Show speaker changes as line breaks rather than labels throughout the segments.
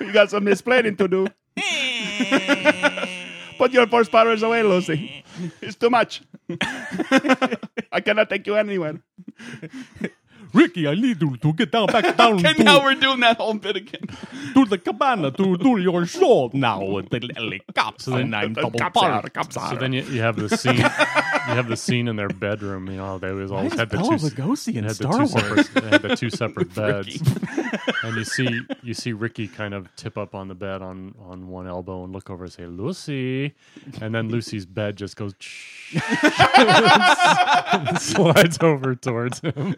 You got some explaining to do. Put your force powers away, Lucy. It's too much. I cannot take you anywhere.
Ricky, I need you to get down back down
Okay, now we're doing that whole bit again.
to the cabana to do your show now. The little cops and I'm double
Cops are,
parked.
cops
So
are.
then you, you have the scene. you have the scene in their bedroom. You know they always always
is
had the
Bela
two.
Lugosi in
they had
Star
the two
Wars?
separate. They had the two separate
Ricky.
beds, and you see you see Ricky kind of tip up on the bed on on one elbow and look over and say Lucy, and then Lucy's bed just goes and slides over towards him.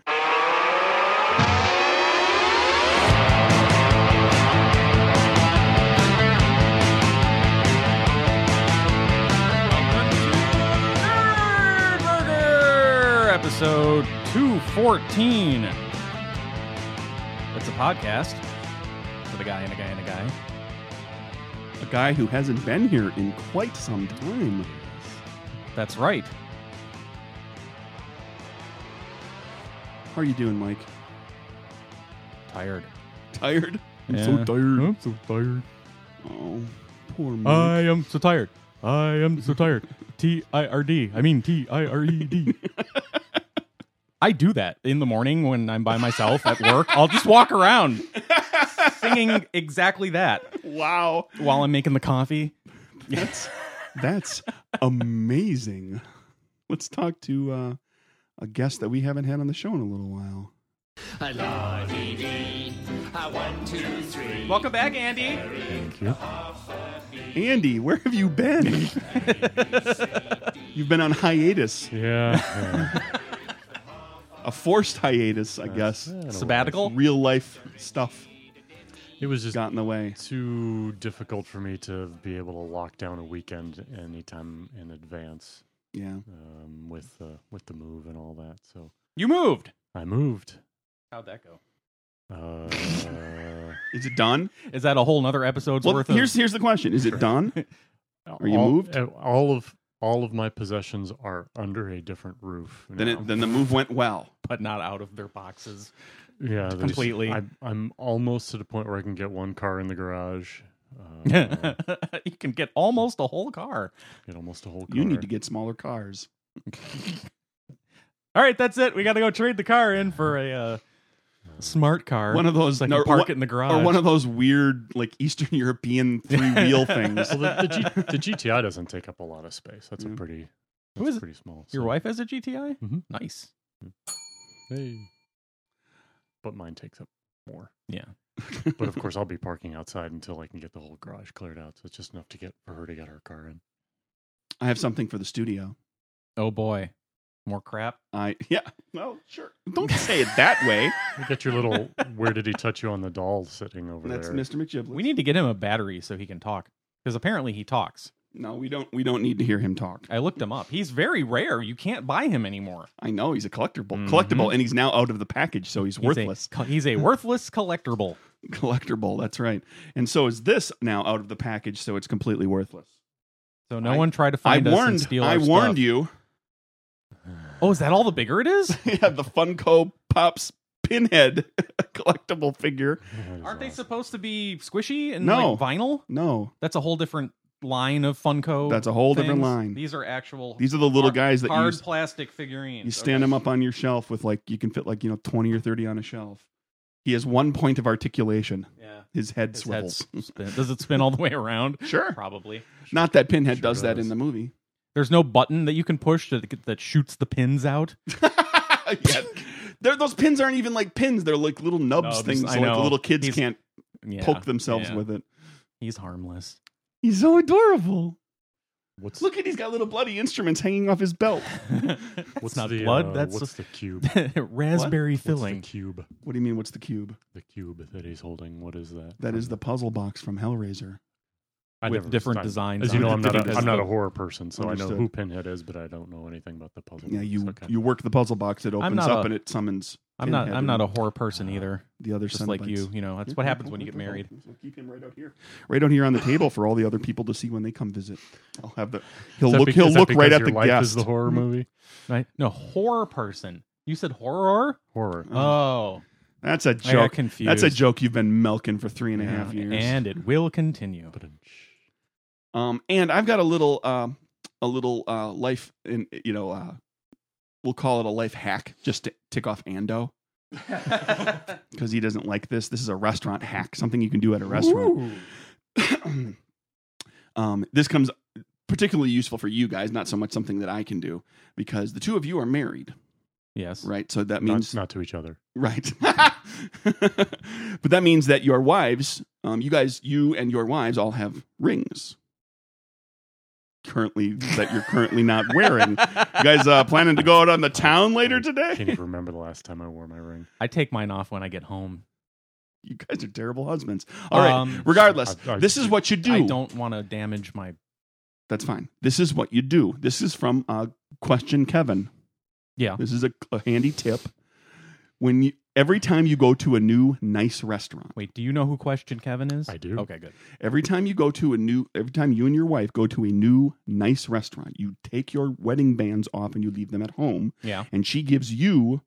Nerd Burger, episode 214. It's a podcast with a guy and a guy and a guy.
A guy who hasn't been here in quite some time.
That's right.
How are you doing, Mike?
Tired.
Tired? I'm
Yeah.
so tired.
I'm so tired.
Oh, poor
I
Mike.
am so tired. I am so tired. T I R D. I mean T I R E D. I do that in the morning when I'm by myself at work. I'll just walk around singing exactly that
wow.
while I'm making the coffee. Yes.
That's amazing. Let's talk to uh, a guest that we haven't had on the show in a little while.
Welcome back, Andy.
Thank you.
Andy, where have you been? You've been on hiatus,
Yeah.
a forced hiatus, I guess.
yeah.
Sabbatical.
Real life stuff
It was just
got in the way.
too difficult for me to be able to lock down a weekend anytime in advance
Yeah.
um, with uh, with the move and all that. So
You moved.
I moved.
How'd that go?
Uh,
Is it done?
Is that a whole nother episode's
Well,
worth?
here's
of...
here's the question: Is it done? Are you
all,
moved?
uh, All of all of my possessions are under a different roof.
Then
now.
it, then the move went well.
but not out of their boxes.
yeah, there's-
completely.
I, I'm almost to the point where I can get one car in the garage.
Oh,
Uh,
you can get almost a whole car.
get almost a whole. Car.
You need to get smaller cars.
All right, that's it. We got to go trade the car in for a uh, smart car.
One of those
so I can
no,
park
one-
it in the garage.
or one of those weird like Eastern European three wheel things.
Well, the, the, G, the GTI doesn't take up a lot of space. That's
Yeah.
a pretty.
Who
That's
is it?
pretty small.
Your
so-
wife has a GTI.
Mm-hmm.
Mhm.
Nice.
Hey. But mine takes up more.
Yeah.
But of course, I'll be parking outside until I can get the whole garage cleared out. So it's just enough to get for her to get her car in.
I have something for the studio.
Oh boy, more crap.
I yeah. Well, sure. Don't say it that way.
You get your little "Where did he touch you on the doll?" sitting over
That's
there.
Mr. McGiblin.
We need to get him a battery so he can talk because apparently he talks.
no, we don't. We don't need to hear him talk.
I looked him up. He's very rare. You can't buy him anymore.
I know he's a collectible,
Mhm.
collectible, and he's now out of the package, so he's,
He's a-
worthless.
co- He's a, worthless collectible.
collectible. That's right. And so is this now out of the package, so it's completely worthless.
So no
I-
one try to
I
find us and
warned.
steal
I
our
warned
stuff.
you.
Oh, is that all the bigger it is?
yeah, the Funko Pops Pinhead collectible figure.
Oh, That is
Aren't they
awesome.
supposed to be squishy and
No.
like vinyl?
No,
That's a whole different line of Funko.
that's a whole different
things.
line. These,
These are actual
are the little
hard-
guys that you,
hard plastic figurines.
you stand them up on your shelf with like you can fit like you know twenty or thirty on a shelf. He has one point of articulation.
Yeah.
His head
His head
swivels.
s- spin. Does it spin all the way around?
Sure.
Probably.
Not that Pinhead
Sure
does that in
does.
the movie.
There's no button that you can push that that shoots the pins out.
yeah. They're, those pins aren't even like pins. They're like little nubs
No, just-
things.
I
So like the
know.
little kids
He's-
can't
Yeah.
poke themselves
yeah.
with it.
He's harmless.
He's so adorable.
What's
Look at he's got little bloody instruments hanging off his belt.
What's not
the,
blood.
uh,
that's
what's
just
the cube?
raspberry filling.
What's the cube.
What do you mean? What's the cube?
The cube that he's holding. What is that?
That is the puzzle box from Hellraiser.
I
with
never-
different
I-
designs
As you
on
know,
it.
I'm not. A,
Different
I'm not a
designs.
horror person, so I
Understood.
know who Pinhead is, but I don't know anything about the puzzle.
Yeah,
box.
you
Okay.
you work the puzzle box. It opens
not
up
a-
and it summons.
I'm not.
Pinhead
I'm not
and
a horror person either.
the other
Just like
Cenobites.
you. You know, that's what happens when you get married.
So keep him right out here, right out here on the table for all the other people to see when they come visit. I'll have the. He'll
Is that
look.
bec-
he'll
is that
look right
because
at
your
the
life
guest. Mm-hmm.
Is the horror movie
Right? No, horror person. You said horror.
horror?
Oh,
Uh-huh. That's a
I got
joke.
confused.
That's a joke you've been milking for three and a half years.
And it will continue.
Um, and I've got a little, um, a little uh, life in, you know, uh, we'll call it a life hack, just to tick off Ando because he doesn't like this. This is a restaurant hack, something you can do at a restaurant. um, this comes particularly useful for you guys, not so much something that I can do because the two of you are married,
Yes.
right? So that
Not,
means
not to each other.
Right. but that means that your wives, um, you guys, you and your wives all have rings currently that you're currently not wearing. You guys uh, planning to go out on the town later
I can't
today?
even remember the last time I wore my ring.
I take mine off when I get home.
You guys are terrible husbands. All right.
Um,
Regardless,
I- I-
this is what you do.
I don't want to damage my.
That's fine. This is what you do. This is from uh, Question Kevin.
Yeah.
This is a, a handy tip. When you, every time you go to a new nice restaurant,
Wait, do you know who Question Kevin is?
I do.
Okay, good.
Every time you go to a new, every time you and your wife go to a new nice restaurant, you take your wedding bands off and you leave them at home,
Yeah.
and she gives you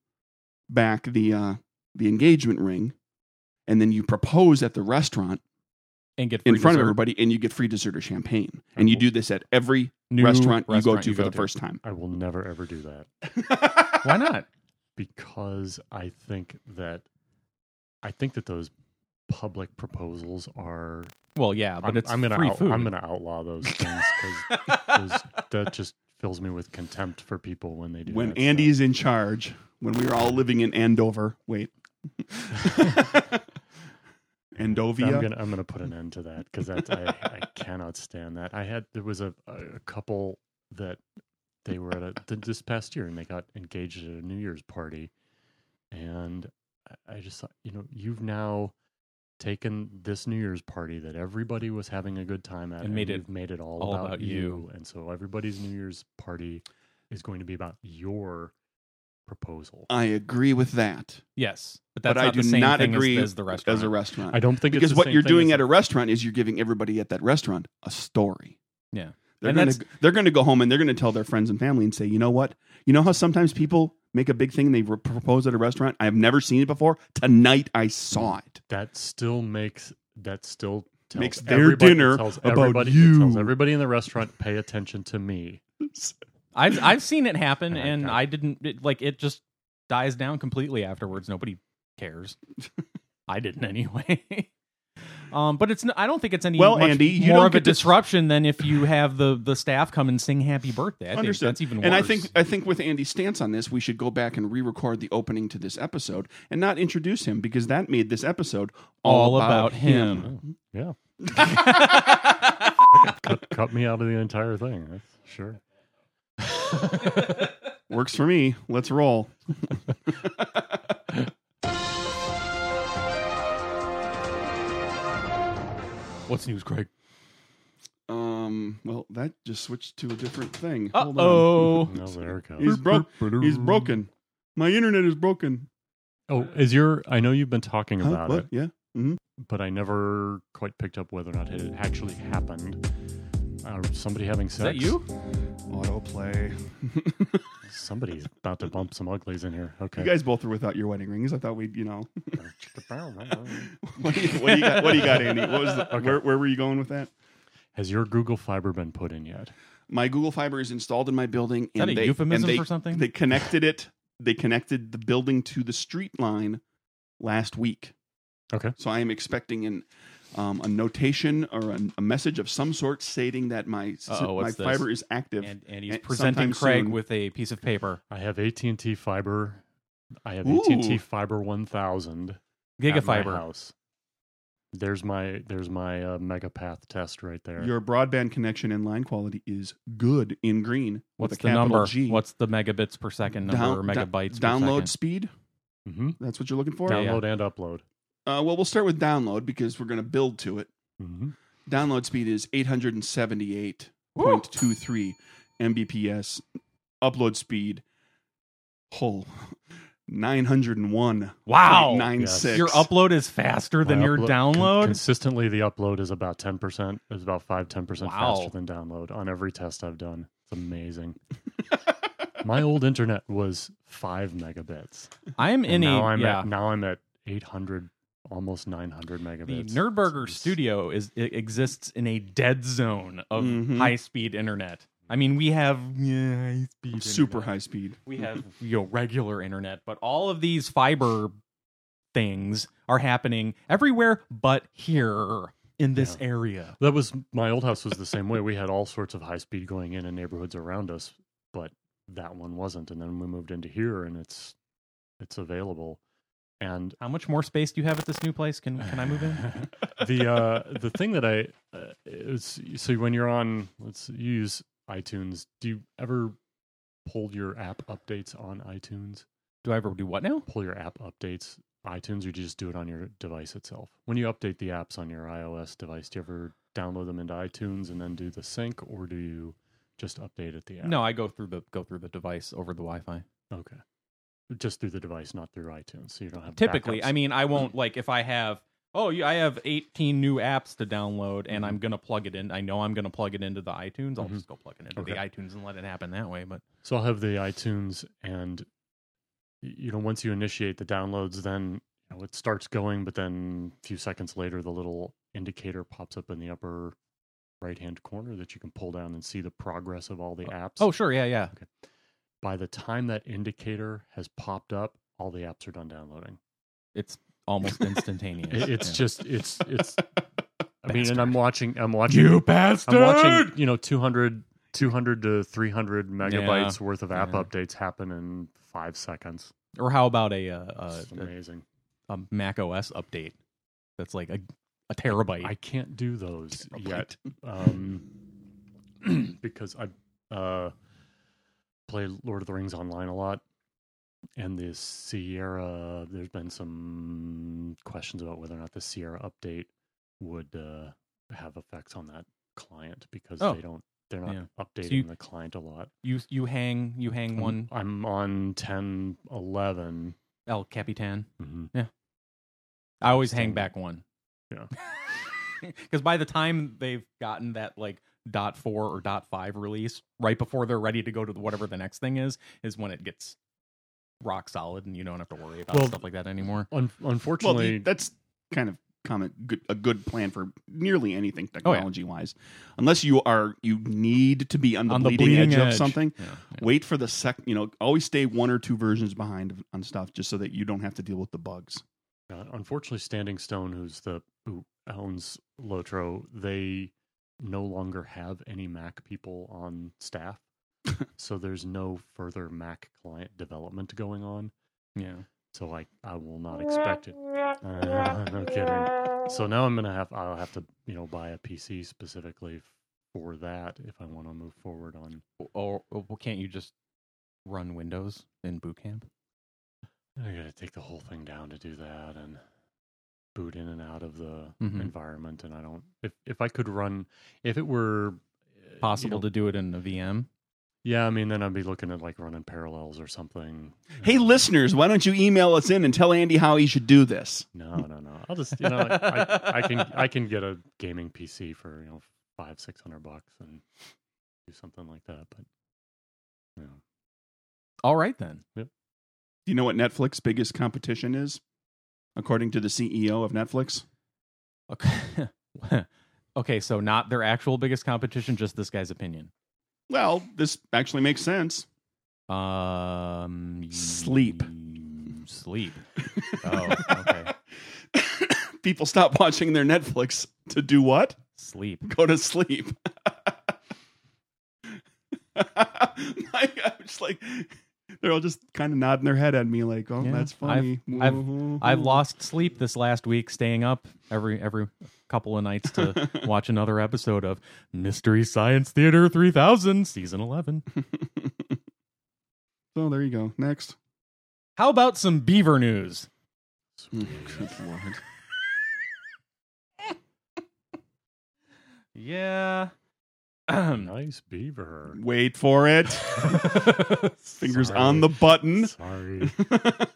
back the uh, the engagement ring, and then you propose at the restaurant
And get
in
free
front of
dessert.
everybody, and you get free dessert or champagne, and you do this at every
New
restaurant, you go
restaurant
to for the first time.
I will never ever do that
Why not?
because I think that I think that those public proposals are.
Well, yeah, but
I'm,
it's
I'm gonna
free
out-
food.
I'm gonna outlaw those things because that just fills me with contempt for people when they do.
When
that stuff.
Andy's in charge, when we were all living in Andover, wait,
I'm
Andovia.
gonna I'm gonna put an end to that because that I, I cannot stand that. I had there was a, a couple that they were at a, th- this past year and they got engaged at a New Year's party, and I, I just thought you know you've now taken this New Year's party that everybody was having a good time at
And made it
you've made it all,
all
about,
about
you.
you.
and so everybody's New Year's party is going to be about your proposal.
I agree with that.
yes, but that's
But I
not
do
the same
not
thing
agree
as, as the restaurant.
As a restaurant.
I don't think
because
it's the
what
same
you're
thing
doing
as
at a restaurant is you're giving everybody at that restaurant a story.
Yeah.
They're
And
going to
that's-
they're going to go home and they're going to tell their friends and family and say, "You know what? You know how sometimes people make a big thing and they re- propose at a restaurant? I have never seen it before. Tonight I saw it."
that still makes that still tells
Makes their
everybody-
dinner
tells
about
everybody,
you.
It tells everybody in the restaurant, pay attention to me.
I've I've seen it happen,
I
and
got
I didn't it, like it. Just dies down completely afterwards. Nobody cares. I didn't anyway. um, but it's n- I don't think it's any
Well,
much
Andy, you
more
don't
of a
get to-
disruption than if you have the the staff come and sing Happy Birthday. I think
Understood.
that's even worse.
And I think I think with Andy's stance on this, we should go back and re-record the opening to this episode and not introduce him because that made this episode all,
All about him.
Yeah. cut, cut me out of the entire thing. That's sure.
Works for me. Let's roll.
what's news, Craig?
Um, well, that just switched to a different thing.
Uh
Hold on.
oh.
No, there it goes.
He's broke. He's broken. My internet is broken.
Oh, is your? I know you've been talking
Huh?
about
What?
it,
Yeah.
but I never quite picked up whether or not it had actually happened. Uh, somebody having
Is
sex?
that you?
Autoplay.
Somebody's about to bump some uglies in here. Okay.
You guys both are without your wedding rings. I thought we'd, you know. what, do you, what, do you got, what do you got, Andy? What was the,
Okay.
where, where were you going with that?
Has your Google Fiber been put in yet?
My Google Fiber is installed in my building.
Is that
and
a
they,
euphemism
and they,
for something?
They connected it. They connected the building to the street line last week.
Okay.
So I am expecting an um, a notation or a, a message of some sort stating that my s-
Uh-oh,
my
what's this?
fiber is active.
and, and he's
and
presenting
sometime
Craig
soon.
with a piece of paper.
I have AT and T fiber. I have
Ooh.
AT and T fiber one thousand. at my
Gigafiber.
house. There's my there's my uh, megapath test right there.
Your broadband connection and line quality is good in green.
What's
with a
the
capital
number?
G.
What's the megabits per second number
Down-
or
da-
megabytes
download
per second?
speed?
hmm
That's what you're looking for.
Down-
download and upload.
Uh, well, we'll start with download because we're going to build to it.
hmm
Download speed is 878.23 mbps. Upload speed, whole 901.96.
Wow.
Yes.
Your upload is faster than
My
your
upload- con-
download?
consistently, the upload is about ten percent. Is about five ten percent
Wow.
faster than download on every test I've done. It's amazing. my old internet was five megabits.
I am
and
in a
now I'm
yeah.
at now I'm at 800, almost 900
The
megabits.
Nerdburger
It's-
Studio is it exists in a dead zone of
Mhm.
high speed internet. I mean, we have yeah, high speed,
Super
internet.
high speed.
We have you know regular internet, but all of these fiber things are happening everywhere but here in this
Yeah.
area.
That was my old house was the same way. We had all sorts of high speed going in in neighborhoods around us, but that one wasn't. And then we moved into here, and it's it's available. And
How much more space do you have at this new place? Can can I move in?
the uh, the thing that I uh, is so when you're on let's use iTunes. Do you ever pull your app updates on iTunes?
Do I ever do what now?
Pull your app updates iTunes, or do you just do it on your device itself? When you update the apps on your iOS device, do you ever download them into iTunes and then do the sync, or do you just update at the app?
No, I go through the go through the device over the Wi-Fi.
Okay. Just through the device, not through iTunes, so you don't have
typically
backups.
i mean i won't like if i have oh yeah, i have 18 new apps to download and i'm gonna plug it in i know i'm gonna plug it into the itunes i'll
Mhm.
just go plug it into the
Okay.
itunes and let it happen that way but
So I'll have the iTunes, and y- you know, once you initiate the downloads, then you know, it starts going. But then a few seconds later, the little indicator pops up in the upper right-hand corner that you can pull down and see the progress of all the apps.
oh sure yeah yeah
By the time that indicator has popped up, all the apps are done downloading.
it's almost instantaneous
It- It's
Yeah.
just it's it's. I mean, and I'm
Bastard.
watching. I'm watching.
you bastard
I'm watching, you know, 200, 200 to 300 megabytes worth of app
yeah.
updates happen in five seconds.
or how about a uh,
It's
a,
amazing.
a, a mac os update that's like a, a terabyte
I can't do those yet
Right.
um, because I uh, play Lord of the Rings online a lot. And the Sierra, there's been some questions about whether or not the Sierra update would uh, have effects on that client because
Oh.
they don't, they're not
Yeah.
updating
you-
the client a lot.
you you hang you hang
I'm-
one
I'm on 10, 11.
el capitan
Mm-hmm.
I always hang
Standard.
back one.
Yeah.
Because by the time they've gotten that like dot four or dot five release, right before they're ready to go to whatever the next thing is, is when it gets rock solid and you don't have to worry about
Well,
stuff like that anymore.
Un-
Well, the-
unfortunately,
that's kind of common good, a good plan for nearly anything technology wise, unless you are you need to be on the, bleeding, edge, of something.
Yeah, yeah.
Wait for the sec. You know, always stay one or two versions behind of- on stuff, just so that you don't have to deal with the bugs.
uh, unfortunately, Standing Stone, who's the who owns Lotro, they no longer have any Mac people on staff, so there's no further Mac client development going on.
Yeah.
So I I will not expect it. Uh, no kidding. So now I'm gonna have I'll have to you know buy a PC specifically for that if I want to move forward on.
Or, or well, can't you just run Windows in boot camp?
I gotta take the whole thing down to do that and boot in and out of the
Mhm.
environment. And I don't if if I could run if it were uh, you
Possible
know-
to do it in a VM?
yeah, I mean then I'd be looking at like running parallels or something.
Hey,
Uh,
listeners, why don't you email us in and tell Andy how he should do this?
No, no, no. I'll just you know I, I can I can get a gaming PC for you know five six hundred bucks and do something like that. But you know,
All right then.
Do you know what Netflix' biggest competition is, according to the CEO of Netflix?
Okay. okay, so not their actual biggest competition, just this guy's opinion.
Well, this actually makes sense.
Um,
Sleep.
mm, Sleep. Oh, okay.
People stop watching their Netflix to do what?
Sleep.
Go to sleep. like, I'm just like they're all just kind of nodding their head at me, like, "Oh,
Yeah,
that's
I've-
funny." Mm-hmm.
I've-
Woo-hoo-hoo.
I've lost sleep this last week, staying up every every couple of nights to watch another episode of Mystery Science Theater 3000, season 11.
So there you go. Next.
How about some beaver news?
Mm, Good lord.
Yeah. Fingers
nice beaver.
Wait for it. Fingers on the button.
Sorry.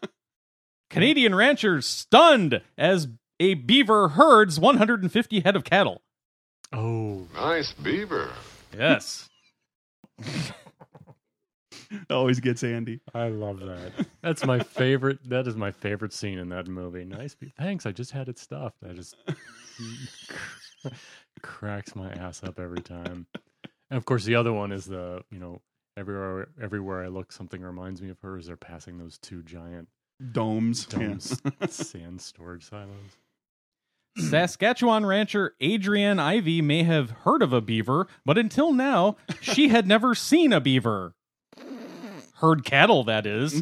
Canadian ranchers stunned as a beaver herds 150 head of cattle.
Oh,
Nice beaver.
Yes.
Always gets Andy.
I love that. That's my favorite. That is my favorite scene in that movie. Nice. pe- Thanks. I just had it stuffed. I just cracks my ass up every time. And of course, the other one is the you know everywhere everywhere I look, something reminds me of her as they're passing those two giant
Domes. Yeah.
domes, sand storage silos.
Saskatchewan rancher Adrienne Ivy may have heard of a beaver, but until now, she had never seen a beaver. Herd cattle, that is.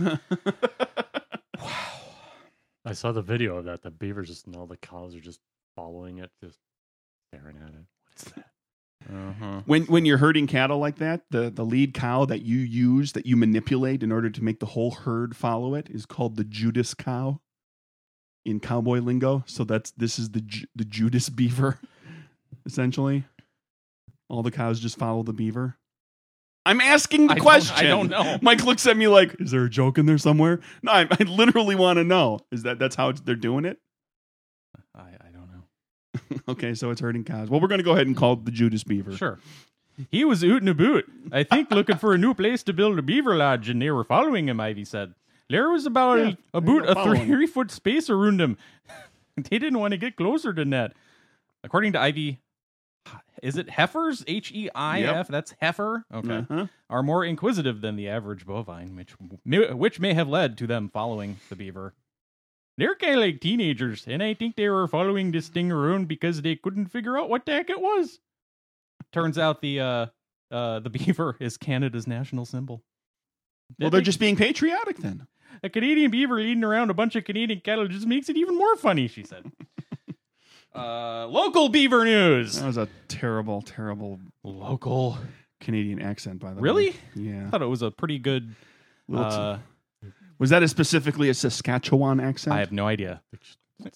I saw the video of that. The beavers just and all the cows are just following it, just staring at it. What's that?
Uh-huh.
When when you're herding cattle like that, the the lead cow that you use that you manipulate in order to make the whole herd follow it is called the Judas cow in cowboy lingo. So that's this is the Ju- the Judas beaver essentially. All the cows just follow the beaver. I'm asking the
I don't- I
question.
don't know.
Mike looks at me like, "Is there a joke in there somewhere?" No, I, I literally want to know. Is that that's how it's, they're doing it?
I, I don't know.
Okay, so it's herding cows. Well, we're going to go ahead and call it the Judas beaver.
Sure. He was oot and a boot, I think, looking for a new place to build a beaver lodge, and they were following him, Ivy said. There was about
Yeah,
a
they were
boot, a
following.
three foot space around him. they didn't want to get closer than that. According to Ivy, is it heifers? H E I F? That's heifer? Okay.
Uh-huh.
are more inquisitive than the average bovine, which may, which may have led to them following the beaver. They're kind of like teenagers, and I think they were following this thing around because they couldn't figure out what the heck it was. Turns out the uh, uh, the beaver is Canada's national symbol.
Well, they're just being patriotic then.
a Canadian beaver leading around a bunch of Canadian cattle just makes it even more funny. She said. uh, local beaver news.
That was a terrible, terrible
Local,
Canadian accent, by the way.
really? Uh, I
Yeah.
thought it was a pretty good.
Little t-
Uh,
was that a specifically a Saskatchewan accent?
I have no idea.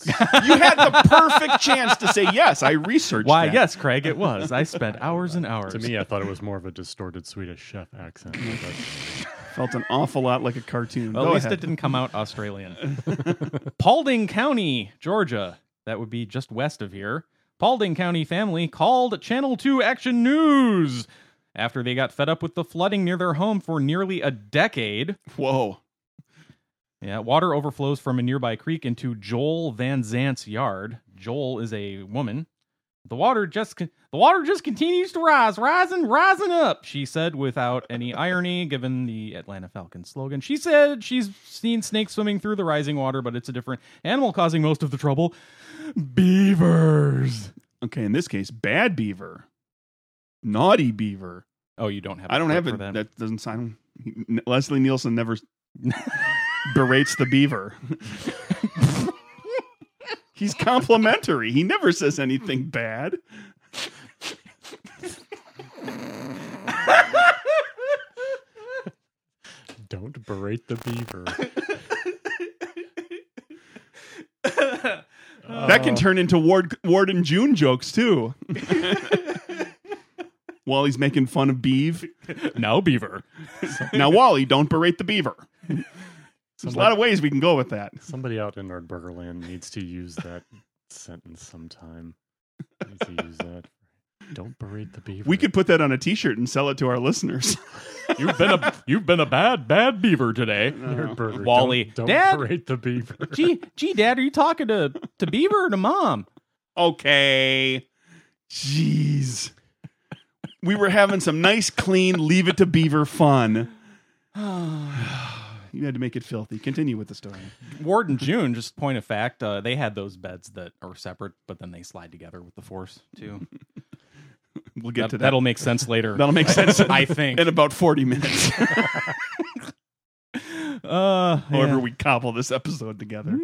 you had the perfect chance to say yes. I researched.
Why,
that.
yes, Craig, it was. I spent hours and hours.
To me, I thought it was more of a distorted Swedish chef accent. but-
felt an awful lot like a cartoon.
well,
Go
oh,
at least
ahead.
it didn't come out Australian. Paulding County, Georgia. That would be just west of here. Paulding County family called Channel 2 Action News after they got fed up with the flooding near their home for nearly a decade.
Whoa.
Yeah, water overflows from a nearby creek into Joel Van Zant's yard. Joel is a woman. The water just con- the water just continues to rise, rising, rising up. She said without any irony, given the Atlanta Falcons slogan. She said she's seen snakes swimming through the rising water, but it's a different animal causing most of the trouble. Beavers.
Okay, in this case, bad beaver, naughty beaver.
Oh, you don't have.
I don't have
word
it.
for
That. doesn't sound. N- Leslie Nielsen never berates the beaver. He's complimentary. He never says anything bad.
Don't berate the beaver.
That can turn into Ward Ward and June jokes too. Wally's making fun of Beeve.
now beaver.
Now, Wally, don't berate the beaver. There's a lot of ways we can go with that.
Somebody out in Nordburgerland needs to use that sentence sometime. Needs to use that. Don't berate the beaver.
We could put that on a T-shirt and sell it to our listeners.
You've been a you've been a bad bad beaver today.
Nerdburger.
Wally.
Don't,
Dad!
don't berate the beaver.
gee, gee, Dad, are you talking to to Beaver or to Mom?
okay. Jeez. We were having some nice, clean, leave it to beaver fun. You had to make it filthy. Continue with the story.
Ward and June, just point of fact, uh, they had those beds that are separate, but then they slide together with the force too.
We'll get to that.
that. will make sense later.
That'll make sense
I think.
in about 40 minutes,
uh, yeah.
however,
Mm.
we cobble this episode together.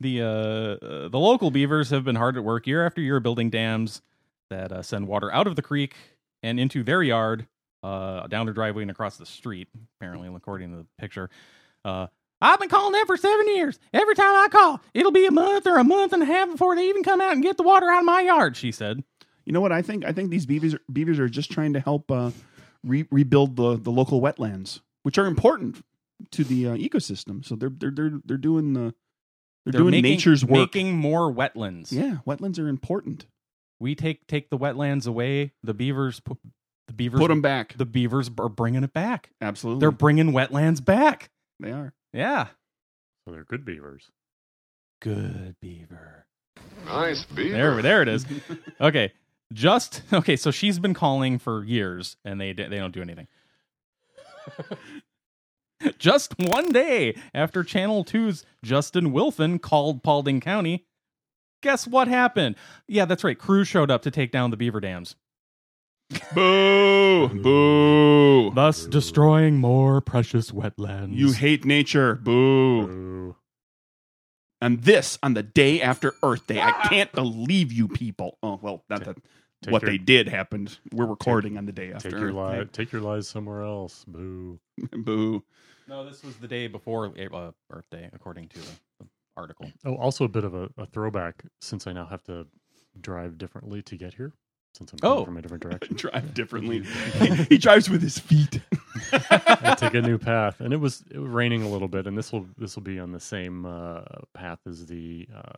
the uh, uh, the local beavers have been hard at work year after year building dams that uh, send water out of the creek and into their yard, uh, down their driveway and across the street. Apparently, according to the picture, uh, I've been calling them for seven years. Every time I call, it'll be a month or a month and a half before they even come out and get the water out of my yard. She said.
You know what I think? I think these beavers beavers are just trying to help uh, re- rebuild the, the local wetlands, which are important to the uh, ecosystem. So they're they're they're they're doing the they're, doing
making,
nature's work.
making more wetlands.
yeah, wetlands are important.
We take take the wetlands away. The beavers p- The beavers,
Put them back.
the beavers are bringing it back.
Absolutely.
They're bringing wetlands back.
they are.
Yeah.
So they're good beavers.
Good beaver.
Nice beaver.
There, there it is. Okay. Just okay. So she's been calling for years, and they they don't do anything. Just one day after Channel 2's Justin Wilfin called Paulding County, guess what happened? Yeah, that's right. Crews showed up to take down the beaver dams,
Boo! Boo!
thus destroying more precious wetlands.
You hate nature. Boo!
Ooh.
And this on the day after Earth Day. I can't believe you people. Oh well, not that
Ah. Take
what
your,
they did happened. We're recording on the day after.
take your
Earth
lies. Take your lies somewhere else. Boo.
Day. Boo!
No, this was the day before uh, Earth Day, according to the article.
Oh, also a bit of a, a throwback since I now have to drive differently to get here since I'm
Oh.
going from a different direction.
Drive differently. he drives with his feet.
I take a new path, and it was it was raining a little bit, and this will this will be on the same uh, path as the uh,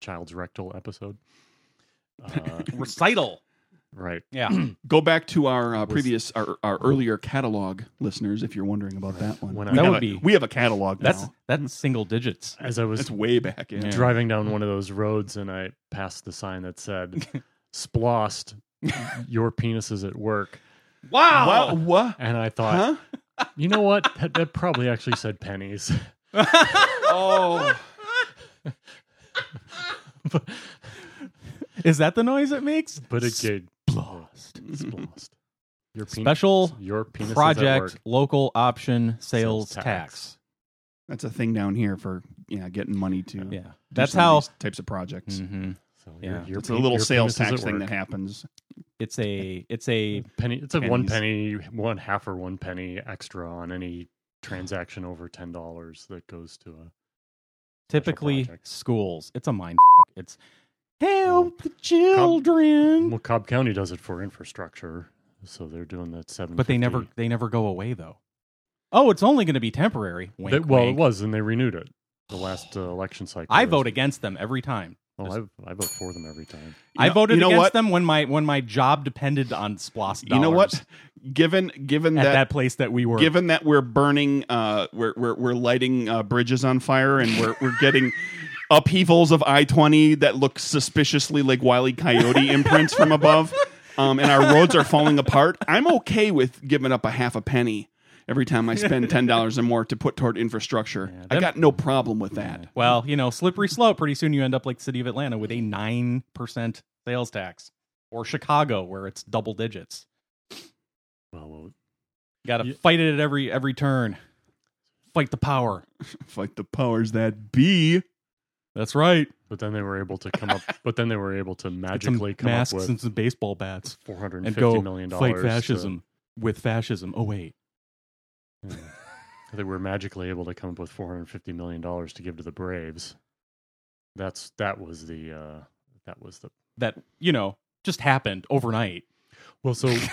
child's rectal episode. Uh,
Recital.
right.
Yeah.
Go back to our uh,
Was-
previous, our, our earlier catalog listeners, if you're wondering about that one.
When
We
I- That
have
would
a-
be-
We have a catalog
That's
now.
that's single digits.
As I was
That's way back. Yeah.
Yeah.
driving down one of those roads and I passed the sign that said "Splossed, your penis is at work,"
Wow. What?
and I thought,
Huh?
you know what? That, that probably actually said pennies.
Oh.
but,
Is that the noise it makes?
but it gave
Blast.
Splossed. Your penis.
Special
your penis Is
project
at work.
local option sales,
Sales tax.
tax.
That's a thing down here for yeah, getting money to. do
Yeah. That's
some of
how
these types of projects.
Mhm.
So
Yeah.
It's
pe-
a little
Mm, your penis
sales
is
tax
at
thing
work.
that happens.
it's a it's a
Penny. It's a one
Pennies.
penny, one half or one penny extra on any transaction over ten dollars that goes to a.
typically
project.
schools. It's a mind f- It's help the children.
Well, Cobb County does it for infrastructure, so they're doing that seven.
But they never they never go away though. Oh, it's only going to be temporary. Wink,
They- well,
wink.
it was, and they renewed it the last uh, election cycle.
I
was-
vote against them every time.
Well, I, I vote for them every time.
You
I
know-
voted
you know
against
what?
them when my when my job depended on splos.
You know
dollars
what? Given given
At that,
that,
place that we were.
given that we're burning, uh, we're we're, we're lighting uh, bridges on fire, and we're we're getting upheavals of I twenty that look suspiciously like wily coyote imprints from above, um, and our roads are falling apart. I'm okay with giving up a half a penny every time I spend ten dollars or more to put toward infrastructure.
Yeah,
I
that-
got no problem with that.
Well, you know, slippery slope. Pretty soon you end up like the city of Atlanta with a 9% sales tax or Chicago where it's double digits.
Well, well
You got to
Ye-
fight it at every every turn. Fight the power.
Fight the powers that be.
That's right.
but then they were able to come up. but then they were able to
Get some
magically come up
masks and
with
some baseball bats
four hundred
and
and
go
fifty million dollars.
fight fascism with fascism. Oh wait.
To, yeah. they Hmm. were magically able to come up with four hundred fifty million dollars to give to the Braves. That's that was the uh, that was the
That, you know, just happened overnight.
well. So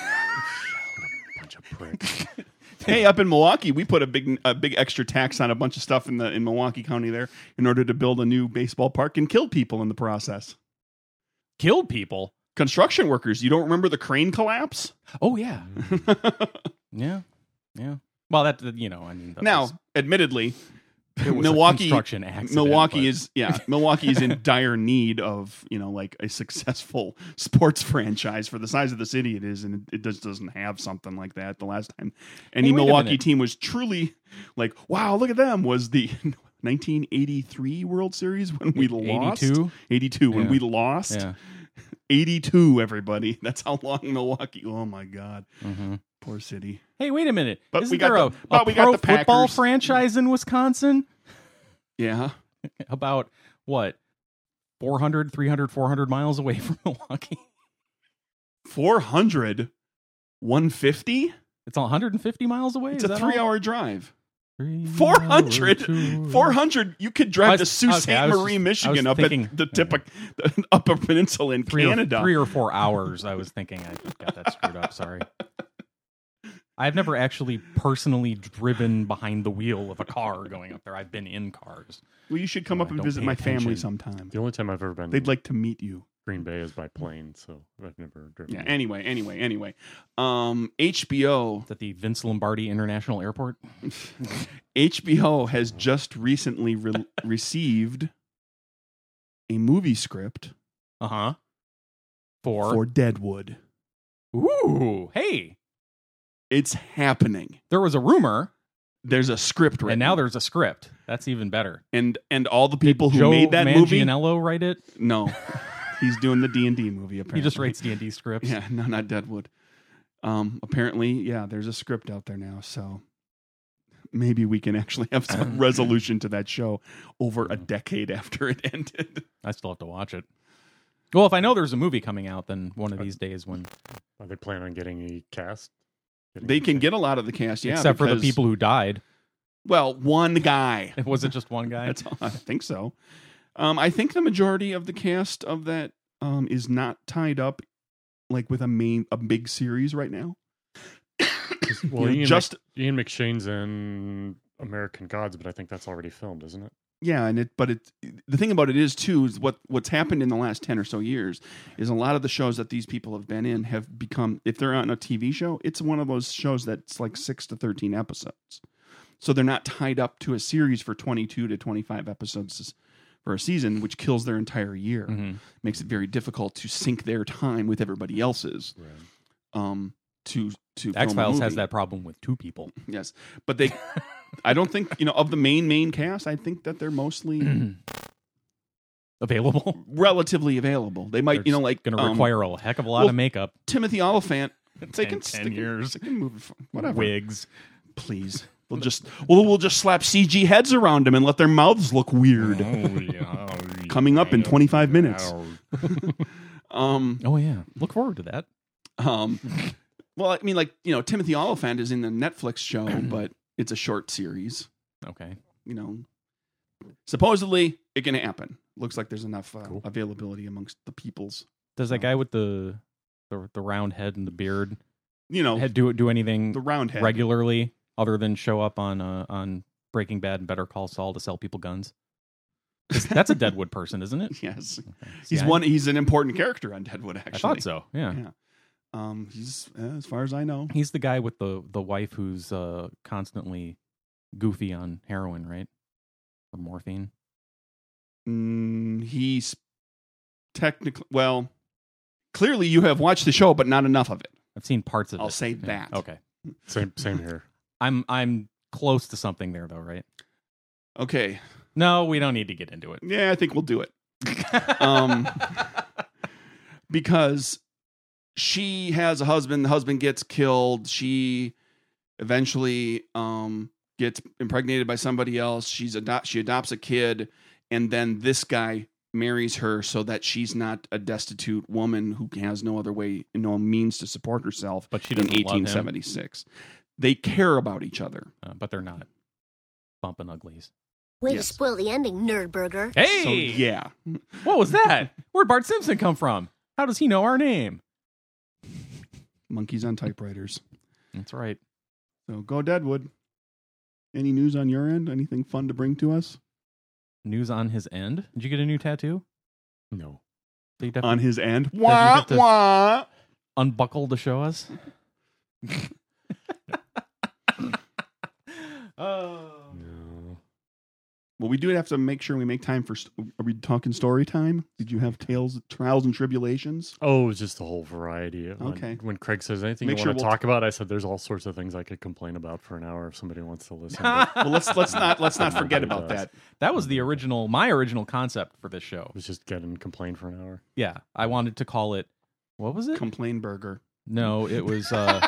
bunch of pricks.
Hey, up in Milwaukee, we put a big a big extra tax on a bunch of stuff in the in Milwaukee County there in order to build a new baseball park and kill people in the process.
Killed people.
Construction workers, you don't remember the crane collapse?
Oh yeah.
Mm.
Yeah. Yeah. Well, that you know, I mean, that was-
Now, admittedly,
it was a
Milwaukee
construction accident,
Milwaukee
but-
is yeah, Milwaukee is in dire need of, you know, like a successful sports franchise for the size of the city it is and it just doesn't have something like that. The last time any
Hey, wait a
Milwaukee
minute.
team was truly like, wow, look at them was the 1983 World Series when we lost
82.
82 when
Yeah.
we lost
Yeah.
82 everybody that's how long milwaukee oh my god
Mm-hmm.
poor city
Hey, wait a minute.
But
Isn't
we got
there a,
the- but
a
we got
pro
the
football
Packers.
franchise in Wisconsin?
yeah
About what? 400, 300, 400 miles away from Milwaukee.
400 150
It's 150 miles away.
it's
Is
a
that
three
all?
hour drive
Three
400
hour tour.
400 you could drive
I was-
to sault
okay,
ste
I was just-
marie
I was
michigan up
thinking-
at the tip of the upper peninsula in
Three or-
canada
three or four hours. I was thinking I got that screwed up. Sorry. I've never actually personally driven behind the wheel of a car going up there. I've been in cars.
well you should come
No,
up
Oh, I
and
don't
visit
pay
my
attention.
family sometime
The only time I've ever been
they'd like to meet you
Green Bay is by plane, so I've never driven.
Yeah.
there.
Anyway, anyway, anyway. Um, HBO
Is that the Vince Lombardi International Airport?
HBO has just recently re- received a movie script
Uh
Uh-huh.
huh. For,
for Deadwood.
ooh, hey,
It's happening.
there was a rumor,
There's a script right
and now there's a script. That's even better.
and and all the people who
Joe
made that movie.
Manganiello write it.
No, he's doing the D and D movie. Apparently,
He just writes D and D scripts.
Yeah, no, not Deadwood. Um, apparently, yeah, there's a script out there now, so maybe we can actually have some resolution to that show over a decade after it ended.
I still have to watch it. Well, if I know there's a movie coming out, then one of these days when,
Are they planning on getting the cast? Getting
They can
the-
get a lot of the cast, yeah.
except for the
because-
people who died,
Well, one guy.
was it just one guy?
That's all. I think so. Um, I think the majority of the cast of that um, is not tied up like with a main a big series right now.
well,
You know,
Ian Mc-
just
Ian McShane's in American Gods, but I think that's already filmed, isn't it?
yeah, and it but it the thing about it is too is what what's happened in the last 10 or so years is a lot of the shows that these people have been in have become if they're on a TV show, it's one of those shows that's like 6 to 13 episodes. So they're not tied up to a series for 22 to 25 episodes for a season, which kills their entire year.
hmm
makes it very difficult to sync their time with everybody else's
Right.
um to to film a
X Files has
movie.
that problem with two people.
yes but they i don't think you know of the main main cast i think that they're mostly
available.
relatively available they might
They're
you know
just
like
Going to
um,
require a heck of a lot
well,
of makeup.
timothy oliphant they
Ten-
can
ten
they can-
years.
they can move it for- whatever
wigs.
please we'll just well we'll just slap cg heads around them and let their mouths look weird coming up in 25 minutes um
Oh yeah, look forward to that.
Um, well, I mean, like you know, Timothy Oliphant is in the Netflix show, but it's a short series.
Okay,
You know, supposedly it can happen. Looks like there's enough uh,
Cool.
availability amongst the peoples.
does
Oh.
that guy with the the, the round head and the beard
You know,
had do do anything
Oh. the roundhead.
regularly other than show up on uh, on Breaking Bad and Better Call Saul to sell people guns? 'Cause That's a Deadwood person, isn't it?
yes,
Okay. See,
he's
I-
one. He's an important character on Deadwood. Actually,
I thought so. Yeah.
Yeah. Um, he's uh, as far as I know.
he's the guy with the the wife who's uh constantly goofy on heroin, right? Or morphine.
Mm, he's technically well. Clearly, you have watched the show, but not enough of it.
I've seen parts of it.
I'll say
Yeah.
that.
Okay.
Same, same here.
I'm I'm close to something there though, right?
Okay.
No, we don't need to get into it.
Yeah, I think we'll do it. Um, because she has a husband the husband gets killed she eventually um gets impregnated by somebody else she's adopt she adopts a kid and then this guy marries her so that she's not a destitute woman who has no other way no means to support herself
but she
in
doesn't love him.
1876 they care about each other
Uh, but they're not bumping uglies.
Way
Yes.
to spoil the ending, Nerdburger.
Hey,
so yeah
what was that? Where'd Bart Simpson come from? How does he know our name?
monkeys on typewriters
That's right.
so go deadwood any news on your end anything fun to bring to us
News on his end. Did you get a new tattoo?
No.
That you'd have to
on his end.
you
Wah,
have to-
wah.
unbuckle to show us? oh.
No.
Well, we do have to make sure we make time for. St- are we talking story time? Did you have tales, trials, and tribulations?
Oh, it was just a whole variety. Of when-
Okay.
When, Craig says anything
Make
you
sure
want to
we'll-
talk about, I said there's all sorts of things I could complain about for an hour if somebody wants to listen. but
Well, let's let's not let's not forget about that.
That was the original, my original concept for this show.
it was just get and complain for an hour.
Yeah, I wanted to call it. What was it?
Complain burger.
no, it was uh,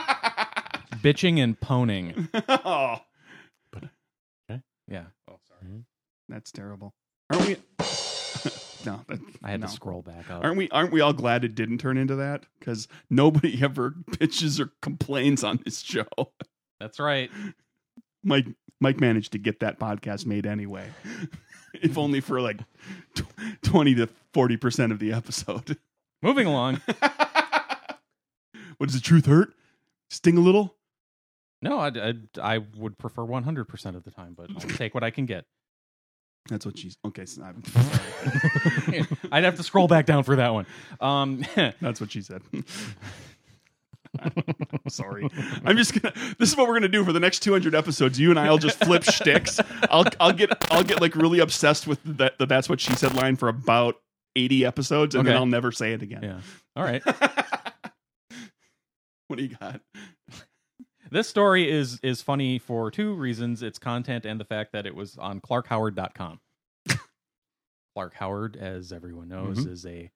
bitching and poning.
oh,
Yeah,
that's terrible. Aren't we? no, that,
I had
no.
to scroll back up.
Aren't we? Aren't we all glad it didn't turn into that? Because nobody ever bitches or complains on this show.
That's right.
Mike Mike managed to get that podcast made anyway, if only for like tw- twenty to forty percent of the episode.
Moving along.
what does the truth hurt? Sting a little?
No, I, I, I would prefer 100% of the time, but I'll take what I can get.
That's what she's. Okay, so I'm,
I'd have to scroll back down for that one. Um,
that's what she said. Sorry, I'm just gonna. This is what we're gonna do for the next 200 episodes. You and I'll just flip shticks. I'll I'll get I'll get like really obsessed with that. The, that's what she said line for about 80 episodes, and then
Okay.
I'll never say it again.
yeah. All right.
What do you got?
This story is is funny for two reasons: its content and the fact that it was on ClarkHoward.com. Clark Howard, as everyone knows, is a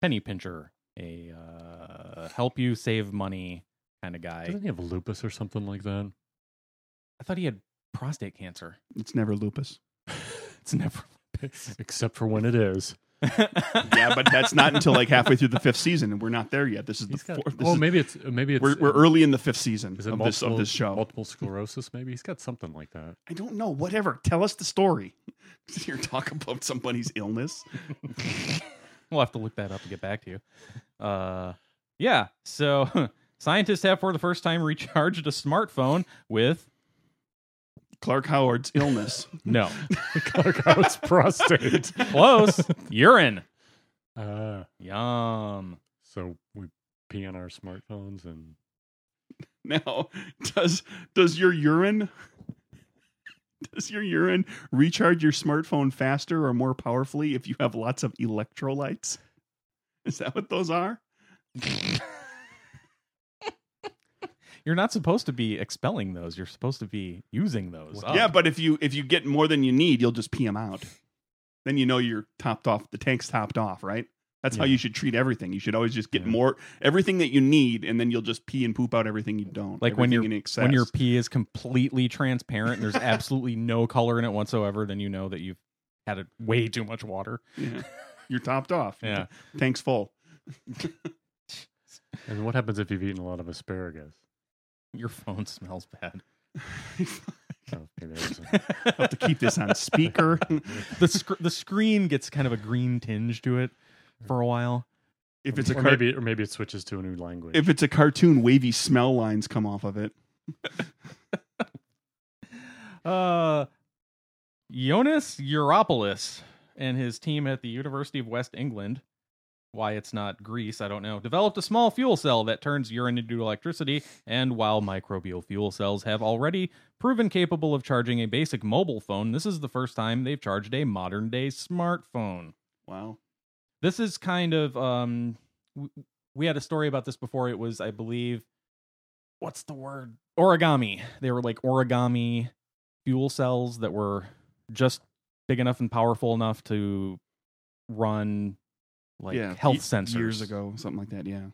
penny pincher, a uh, help you save money kind of guy.
Doesn't he have lupus or something like that?
I thought he had prostate cancer.
It's never lupus.
It's never.
Except for when it is.
Yeah, but that's not until like halfway through the fifth season, and we're not there yet. This is
He's
the
got,
fourth. This
oh,
is,
maybe it's maybe it's
we're, we're early in the fifth season
Is
of
it
this of this show.
Multiple sclerosis, maybe he's got something like that.
I don't know. Whatever. Tell us the story. You're talking about somebody's illness.
We'll have to look that up and get back to you. Uh, yeah. So scientists have, for the first time, recharged a smartphone with
Clark Howard's illness.
no
Clark Howard's prostate.
close urine.
Uh,
Yum.
so we pee on our smartphones and
now, does does your urine does your urine recharge your smartphone faster or more powerfully if you have lots of electrolytes? Is that what those are?
You're not supposed to be expelling those. You're supposed to be using those.
Yeah,
up.
but if you if you get more than you need, you'll just pee them out. Then you know you're topped off. The tank's topped off, right? That's how
Yeah.
you should treat everything. You should always just get
Yeah.
more everything that you need, and then you'll just pee and poop out everything you don't.
Like when
everything
you're-
in excess.
when your pee is completely transparent and there's absolutely no color in it whatsoever, then you know that you've had a, way too much water.
Yeah. you're topped off.
Yeah.
tank's full.
and what happens if you've eaten a lot of asparagus?
Your phone smells bad.
Oh, okay, there's a-
have to keep this on speaker.
the sc- the screen gets kind of a green tinge to it for a while.
if it's a
or
car-
maybe or maybe it switches to a new language.
if it's a cartoon, wavy smell lines come off of it.
Uh, Jonas Europoulos and his team at the University of West England, why it's not Greece, I don't know, developed a small fuel cell that turns urine into electricity. And while microbial fuel cells have already proven capable of charging a basic mobile phone, this is the first time they've charged a modern day smartphone.
Wow.
this is kind of um w- we had a story about this before it was i believe what's the word origami they were like origami fuel cells that were just big enough and powerful enough to run like
yeah,
health
ye-
sensors
years ago, something like that. Yeah.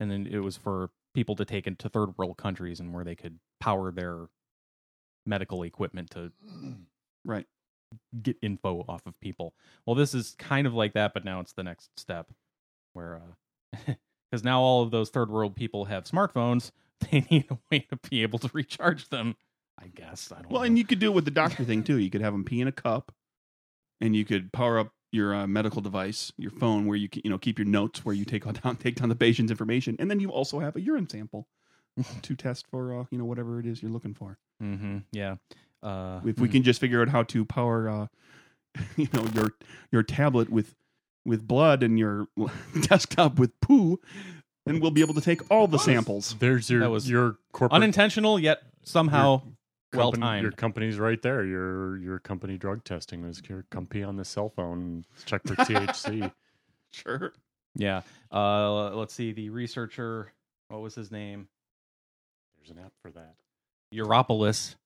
and then it was for people to take into third world countries and where they could power their medical equipment to
Right.
get info off of people. Well, this is kind of like that, but now it's the next step where uh because now all of those third world people have smartphones, they need a way to be able to recharge them. I guess I don't
Well,
know.
and you could do it with the doctor thing too. You could have them pee in a cup, and you could power up your uh, medical device, your phone, where you can, you know keep your notes, where you take on down, take down the patient's information, and then you also have a urine sample to test for uh, you know whatever it is you're looking for.
mm-hmm, yeah. Uh
If we can just figure out how to power uh, you know your your tablet with with blood and your desktop with poo, then we'll be able to take all the samples.
there's your
That was
your corporate
unintentional yet somehow
company-
well-timed.
Your company's right there. Your your company drug testing is your company on the cell phone. Check for THC.
Sure.
yeah. Uh let's see the researcher what was his name?
There's an app for that.
Europoulos.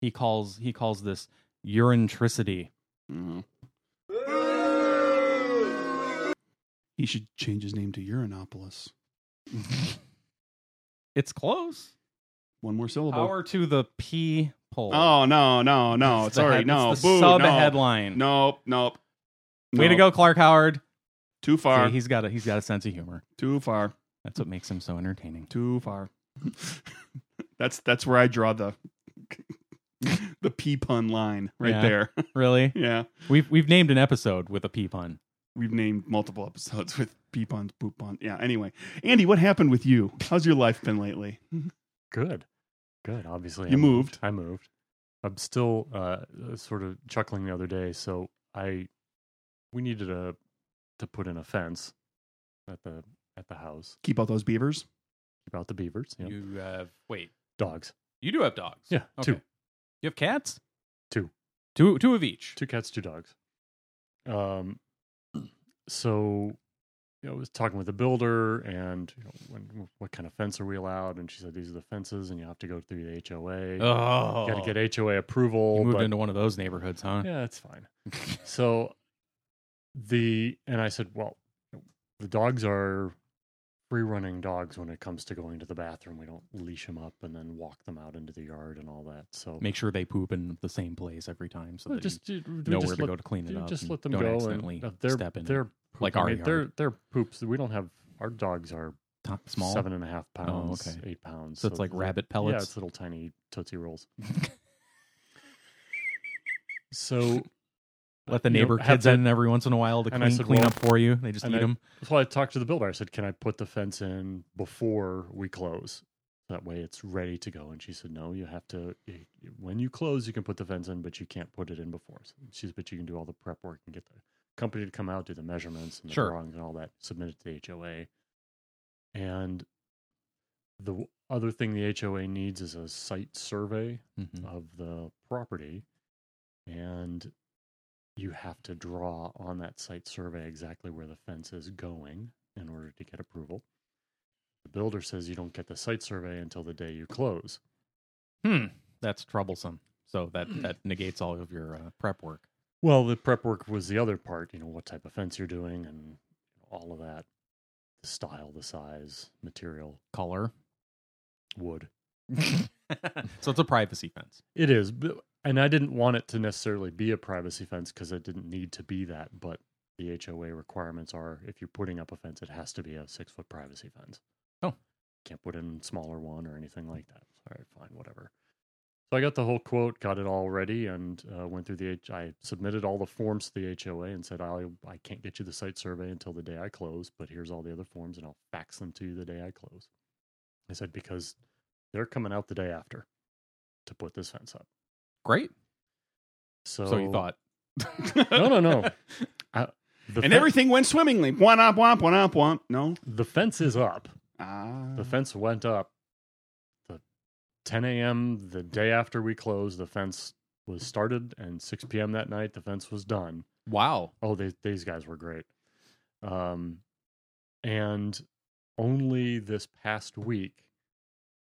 He calls he calls this urintricity.
Mm. He should change his name to Uranopolis.
It's close.
One more syllable.
Power to the P pole.
Oh no no no!
It's the
Sorry,
head-
no.
it's the
Boo,
sub
no.
headline.
Nope, nope.
Way to
Nope.
go, Clark Howard.
Too far.
See, he's got a he's got a sense of humor.
too far.
That's what makes him so entertaining.
Too far. that's that's where I draw the the pee pun line right
Yeah.
there.
Really,
yeah,
we've we've named an episode with a P pun.
we've named multiple episodes with pee puns, poop puns. Yeah. Anyway, Andy, what happened with you? How's your life been lately?
Good, good. Obviously,
You
I
moved.
I moved. I'm still uh, sort of chuckling the other day. So I we needed a to put in a fence at the at the house
Keep out those beavers.
about the beavers. You know,
You have wait.
dogs.
You do have dogs.
Yeah,
Okay.
two
You have cats.
Two.
Two. Two of each.
two cats, two dogs. Um, so you know, I was talking with the builder, and you know, when, what kind of fence are we allowed? And she said these are the fences, and you have to go through the HOA.
Oh.
You got to get HOA approval.
You moved
but-
into one of those neighborhoods, huh?
yeah, it's fine. so the and I said, well, the dogs are free running dogs when it comes to going to the bathroom. We don't leash them up and then walk them out into the yard and all that. So
Make sure they poop in the same place every time, so
Well,
that
just
you
you- we
know
just
where to
let-
go to clean it
you
up.
Just
and
let them
don't
go
accidentally
and uh, they're
step in.
they're
like
poop- I
our
mean,
yard.
They're they're poops. We don't have our dogs are
to- small. Oh,
seven and a half pounds,
okay.
eight pounds.
So it's like
they're-
rabbit
Yeah,
pellets?
it's little tiny tootsie rolls. so
Let the
you know,
neighbor
have
kids
the-
in every once in a while to
and I
clean,
said,
clean
well-
up for you. They just eat
and I-
them.
So I talked to the builder. I said, "Can I put the fence in before we close? That way, it's ready to go." And she said, "No, you have to. you- you- When you close, you can put the fence in, but you can't put it in before." So she says, "But you can do all the prep work and get the company to come out, do the measurements and the
Sure.
drawings and all that, submit it to the HOA." And the w- other thing the HOA needs is a site survey
Mhm.
of the property and you have to draw on that site survey exactly where the fence is going in order to get approval. The builder says you don't get the site survey until the day you close.
Hmm. That's troublesome. So that that negates all of your uh, prep work.
Well, the prep work was the other part, you know, what type of fence you're doing and all of that. The style, the size, material,
Color.
wood.
so it's a privacy fence.
It is, but, and I didn't want it to necessarily be a privacy fence because it didn't need to be that. But the HOA requirements are, if you're putting up a fence, it has to be a six foot privacy fence.
Oh.
can't put in smaller one or anything like that. All right, fine, whatever. So I got the whole quote, got it all ready, and uh, went through the. H- I submitted all the forms to the HOA and said, I I can't get you the site survey until the day I close, but here's all the other forms, and I'll fax them to you the day I close. I said because they're coming out the day after to put this fence up.
Great.
So,
so you thought.
No, no, no. I- the
and
fe-
everything went swimmingly. Womp womp womp womp. No.
the fence is up.
Ah.
Mm-hmm.
The fence went up. The 10 a.m. the day after we closed, the fence was started, and 6 p.m. that night, the fence was done.
Wow.
Oh, they, these guys were great. Um, and only this past week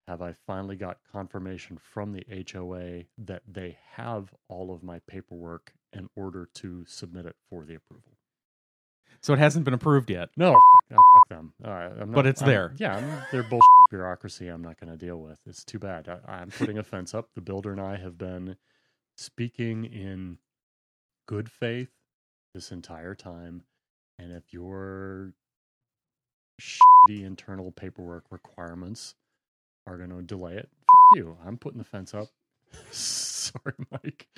have I finally got confirmation from the HOA that they have all of my paperwork in order to submit it for the approval.
So it hasn't been approved yet.
No, f- no, fuck them. Uh, I'm not,
But it's
I'm-
there.
Yeah, I'm, they're bullshit bureaucracy. I'm not going to deal with. It's too bad. I, I'm putting a fence up. The builder and I have been speaking in good faith this entire time. And if your shitty internal paperwork requirements are going to delay it, fuck you. I'm putting the fence up. Sorry, Mike.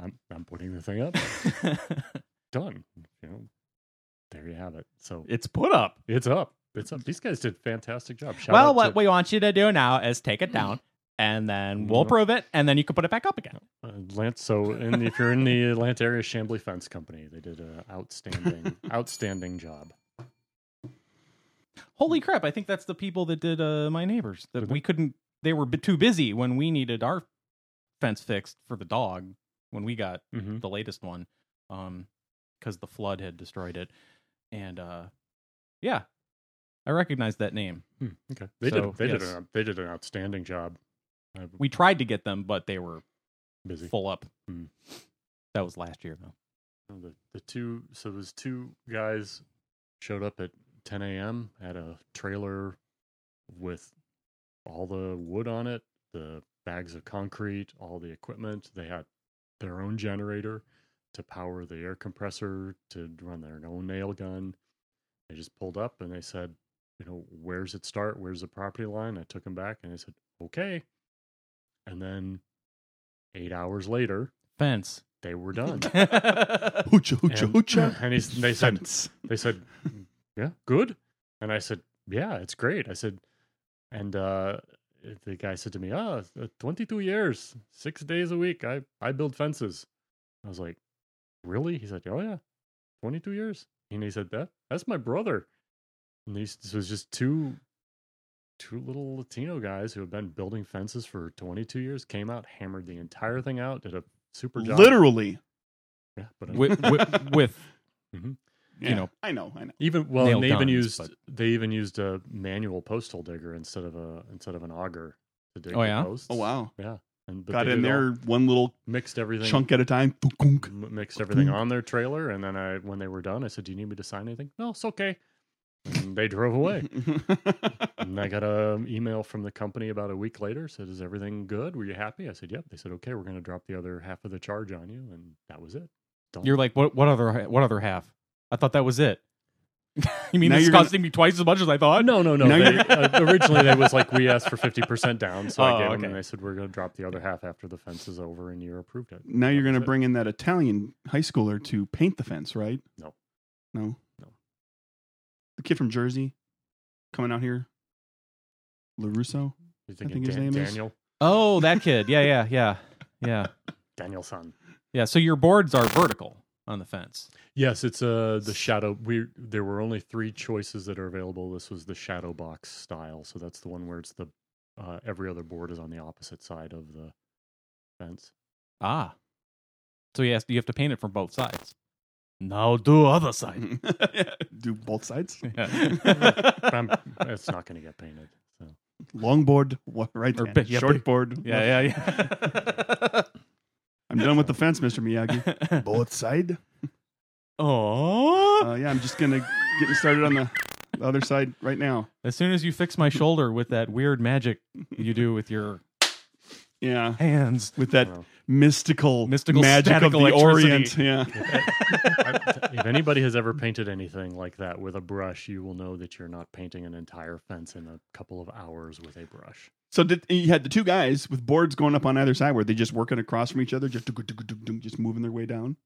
I'm I'm putting the thing up done. You know, there you have it. So
it's put up.
it's up. It's up. These guys did a fantastic job. Shout
well,
out
what
to-
we want you to do now is take it down, and then we'll
No.
approve it, and then you can put it back up again.
uh, Lance. So, and if you're in the Atlanta area, Shambly Fence Company, they did an outstanding, outstanding job.
Holy crap! I think that's the people that did uh, my neighbors. That we couldn't. They were b- too busy when we needed our fence fixed for the dog when we got
Mm-hmm.
the latest one, um, because the flood had destroyed it, and uh, yeah, I recognized that name.
Hmm, Okay, they
So,
did. They did.
yes.
An, they did an outstanding job. i
We tried to get them, but they were
busy.
full up.
Hmm.
That was last year though.
The, the two. So those two guys showed up at 10 a.m. at a trailer with all the wood on it, the bags of concrete, all the equipment. They had their own generator to power the air compressor to run their own nail gun. They just pulled up and they said, you know, where's it start? Where's the property line? I took them back and they said, okay. And then eight hours later,
Fence.
they were done.
Hoocha, hoocha,
And-
hoocha.
and he's- they said-
Fence.
They said, "Yeah, good." And I said, "Yeah, it's great." I said, and uh, uh, the guy said to me, "Ah, oh, 22 years, six days a week. I I build fences." I was like, "Really?" He said, "Oh yeah, 22 years." And he said, "That that's my brother." And these this was just two two little Latino guys who have been building fences for 22 years. Came out, hammered the entire thing out, did a super job.
Literally.
Yeah, but I-
with, with, with
Yeah,
You know.
I know, I know.
Even well,
nail
and they even
guns,
used
but-
they even used a manual postal digger instead of a instead of an auger to dig
Oh,
the
yeah?
posts.
Oh wow.
yeah. And but
Got
they
in
did all-
there one little
mixed everything,
chunk at a time. Thunk.
m- mixed everything on their trailer, and then I when they were done, I said, "Do you need me to sign anything?" No, it's okay. And they drove away. and I got an email from the company about a week later. Said, "Is everything good? Were you happy?" I said, "Yep." They said, "Okay, we're going to drop the other half of the charge on you," and that was it. Done.
you're like what? What other? What other half? I thought that was it. you mean
Now
this is
you're gonna-
costing me twice as much as I thought?
No, no, no.
Now
They,
you're-
uh, originally, they was like, we asked for 50% down. So
Oh,
I gave them,
okay.
and they said, we're going to drop the other half after the fence is over and you approved it.
now
That
you're gonna
was it.
bring in that Italian high schooler to paint the fence, right?
No.
No.
No.
The kid from Jersey coming out here. LaRusso?
You're thinking
think his
Dan-
name is-
Daniel?
Oh, that kid. Yeah, yeah, yeah, yeah,
Danielson.
yeah. So your boards are vertical on the fence.
Yes, it's uh, the shadow. We There were only three choices that are available. This was the shadow box style. So that's the one where it's the uh, every other board is on the opposite side of the fence.
Ah, so you have to, you have to paint it from both sides. Now do other side.
Do both sides?
Yeah.
But I'm, it's not going to get painted. So
Longboard, wa- right
Or
hand.
bit- yeah,
Short
bit-
board.
yeah, yeah,
I'm done with the fence, Mr. Miyagi.
yeah.
both side?
Oh.
Uh, yeah, I'm just gonna get started on the, the other side right now.
As soon as you fix my shoulder with that weird magic you do with your
Yeah,
hands,
with that
well,
mystical,
Mystical
magic
static
of the
electricity.
Orient. Yeah,
I- if anybody has ever painted anything like that with a brush, you will know that you're not painting an entire fence in a couple of hours with a brush.
So did, you had the two guys with boards going up on either side. Were they just working across from each other, just tuk- tuk- tuk- tuk, just moving their way down?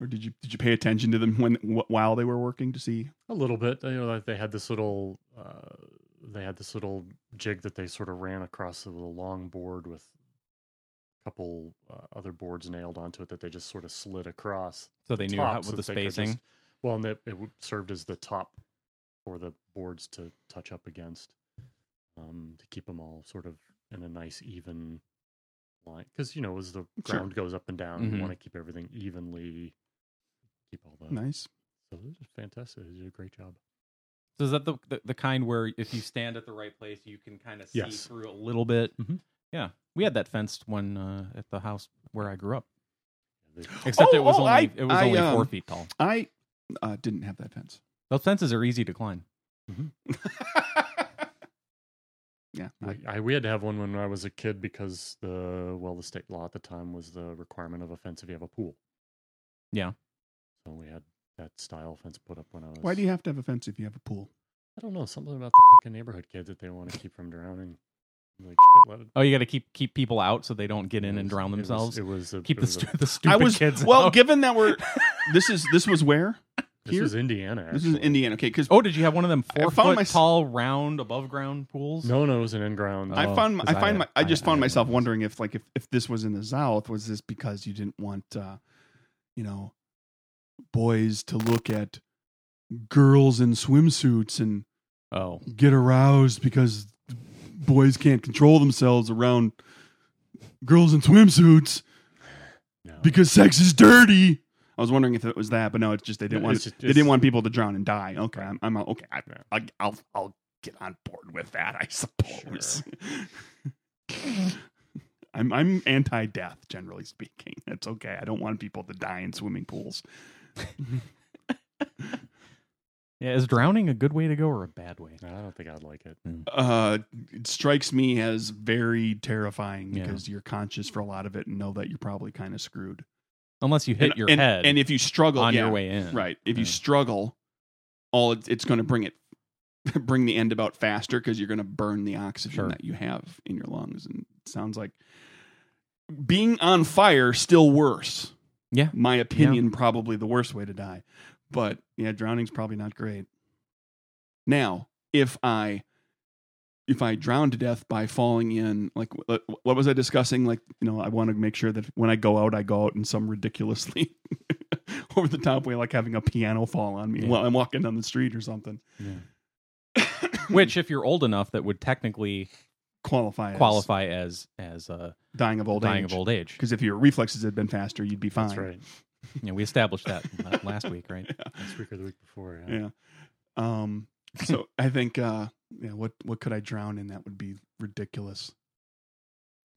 Or did you did you pay attention to them when wh- while they were working to see?
A little bit, you know, like they had this little, uh, they had this little jig that they sort of ran across the long board with a couple uh, other boards nailed onto it that they just sort of slid across.
so they knew
top
how,
so
with the
that they could
spacing.
just- well, and it, it w- served as the top for the boards to touch up against um, to keep them all sort of in a nice even line. Because you know, as the ground goes up and down,
Mhm.
you want to keep everything evenly. Keep all that.
Nice.
So this is fantastic. They did a great job.
So is that the, the the kind where if you stand at the right place, you can kind of see
Yes.
through a little bit?
Mm-hmm.
Mhm.
Yeah, we had that fenced one uh, at the house where I grew up.
They-
Except
Oh,
it was
oh,
only
I-
it was
I,
only four
um,
feet tall.
I uh, didn't have that fence.
Those fences are easy to climb.
yeah, I,
we- I, we had to have one when I was a kid because the well, the state law at the time was the requirement of a fence if you have a pool.
Yeah.
So we had that style fence put up when I was.
why do you have to have a fence if you have a pool?
I don't know. Something about the fucking neighborhood kids that they want to keep from drowning. I'm Like shit, let it.
Oh, you got to keep keep people out so they don't get in and
It was-
drown
it was-
themselves.
It was, a,
keep
it
the,
was a-
stu- the stupid
I was
kids.
well,
out.
given that we're this is this was where
this
here-
is Indiana.
this is
actually.
Indiana. Okay, because
oh, did you have one of them
I
four
found
foot
my-
tall round above ground pools?
No, no, it was an in ground.
I
Oh,
found my, I
'cause I-
find my I
I-
just
I
found
had
myself
one of those.
wondering if like if, if this was in the South, was this because you didn't want uh you know boys to look at girls in swimsuits and
Oh,
get aroused because boys can't control themselves around girls in swimsuits
no.
because sex is dirty. I was wondering if it was that, but no, it's just they didn't
No,
want
it's just-
they
it's-
didn't want people to drown and die. Okay, I'm, I'm okay. I,
Yeah.
I, I'll I'll get on board with that. I suppose. I'm I'm anti-death, generally speaking. That's okay. I don't want people to die in swimming pools.
yeah. Is drowning a good way to go or a bad way?
No, I don't think I'd like it.
Uh, it strikes me as very terrifying
Yeah.
because you're conscious for a lot of it and know that you're probably kind of screwed.
Unless you hit
and,
your
and-
head
and if you struggle
on
yeah.
your way in.
Right. If you
Yeah.
struggle, all it's, it's going to bring it, bring the end about faster because you're going to burn the oxygen
Sure.
that you have in your lungs. And it sounds like being on fire still worse.
Yeah.
My opinion, probably the worst way to die. But yeah, drowning's probably not great. Now, if I if I drown to death by falling in, like what, what was I discussing? Like, you know, I want to make sure that when I go out, I go out in some ridiculously over the top way, like having a piano fall on me
Yeah.
while I'm walking down the street or something.
Yeah.
Which, if you're old enough, that would technically
Qualify as
qualify as as uh,
dying of old
dying
age.
of old age.
Because if your reflexes had been faster, you'd be fine.
That's right.
Yeah, we established that la- last week, right?
Last week or the week before. Yeah.
Yeah. Um. So I think. Uh. Yeah. What What could I drown in that would be ridiculous?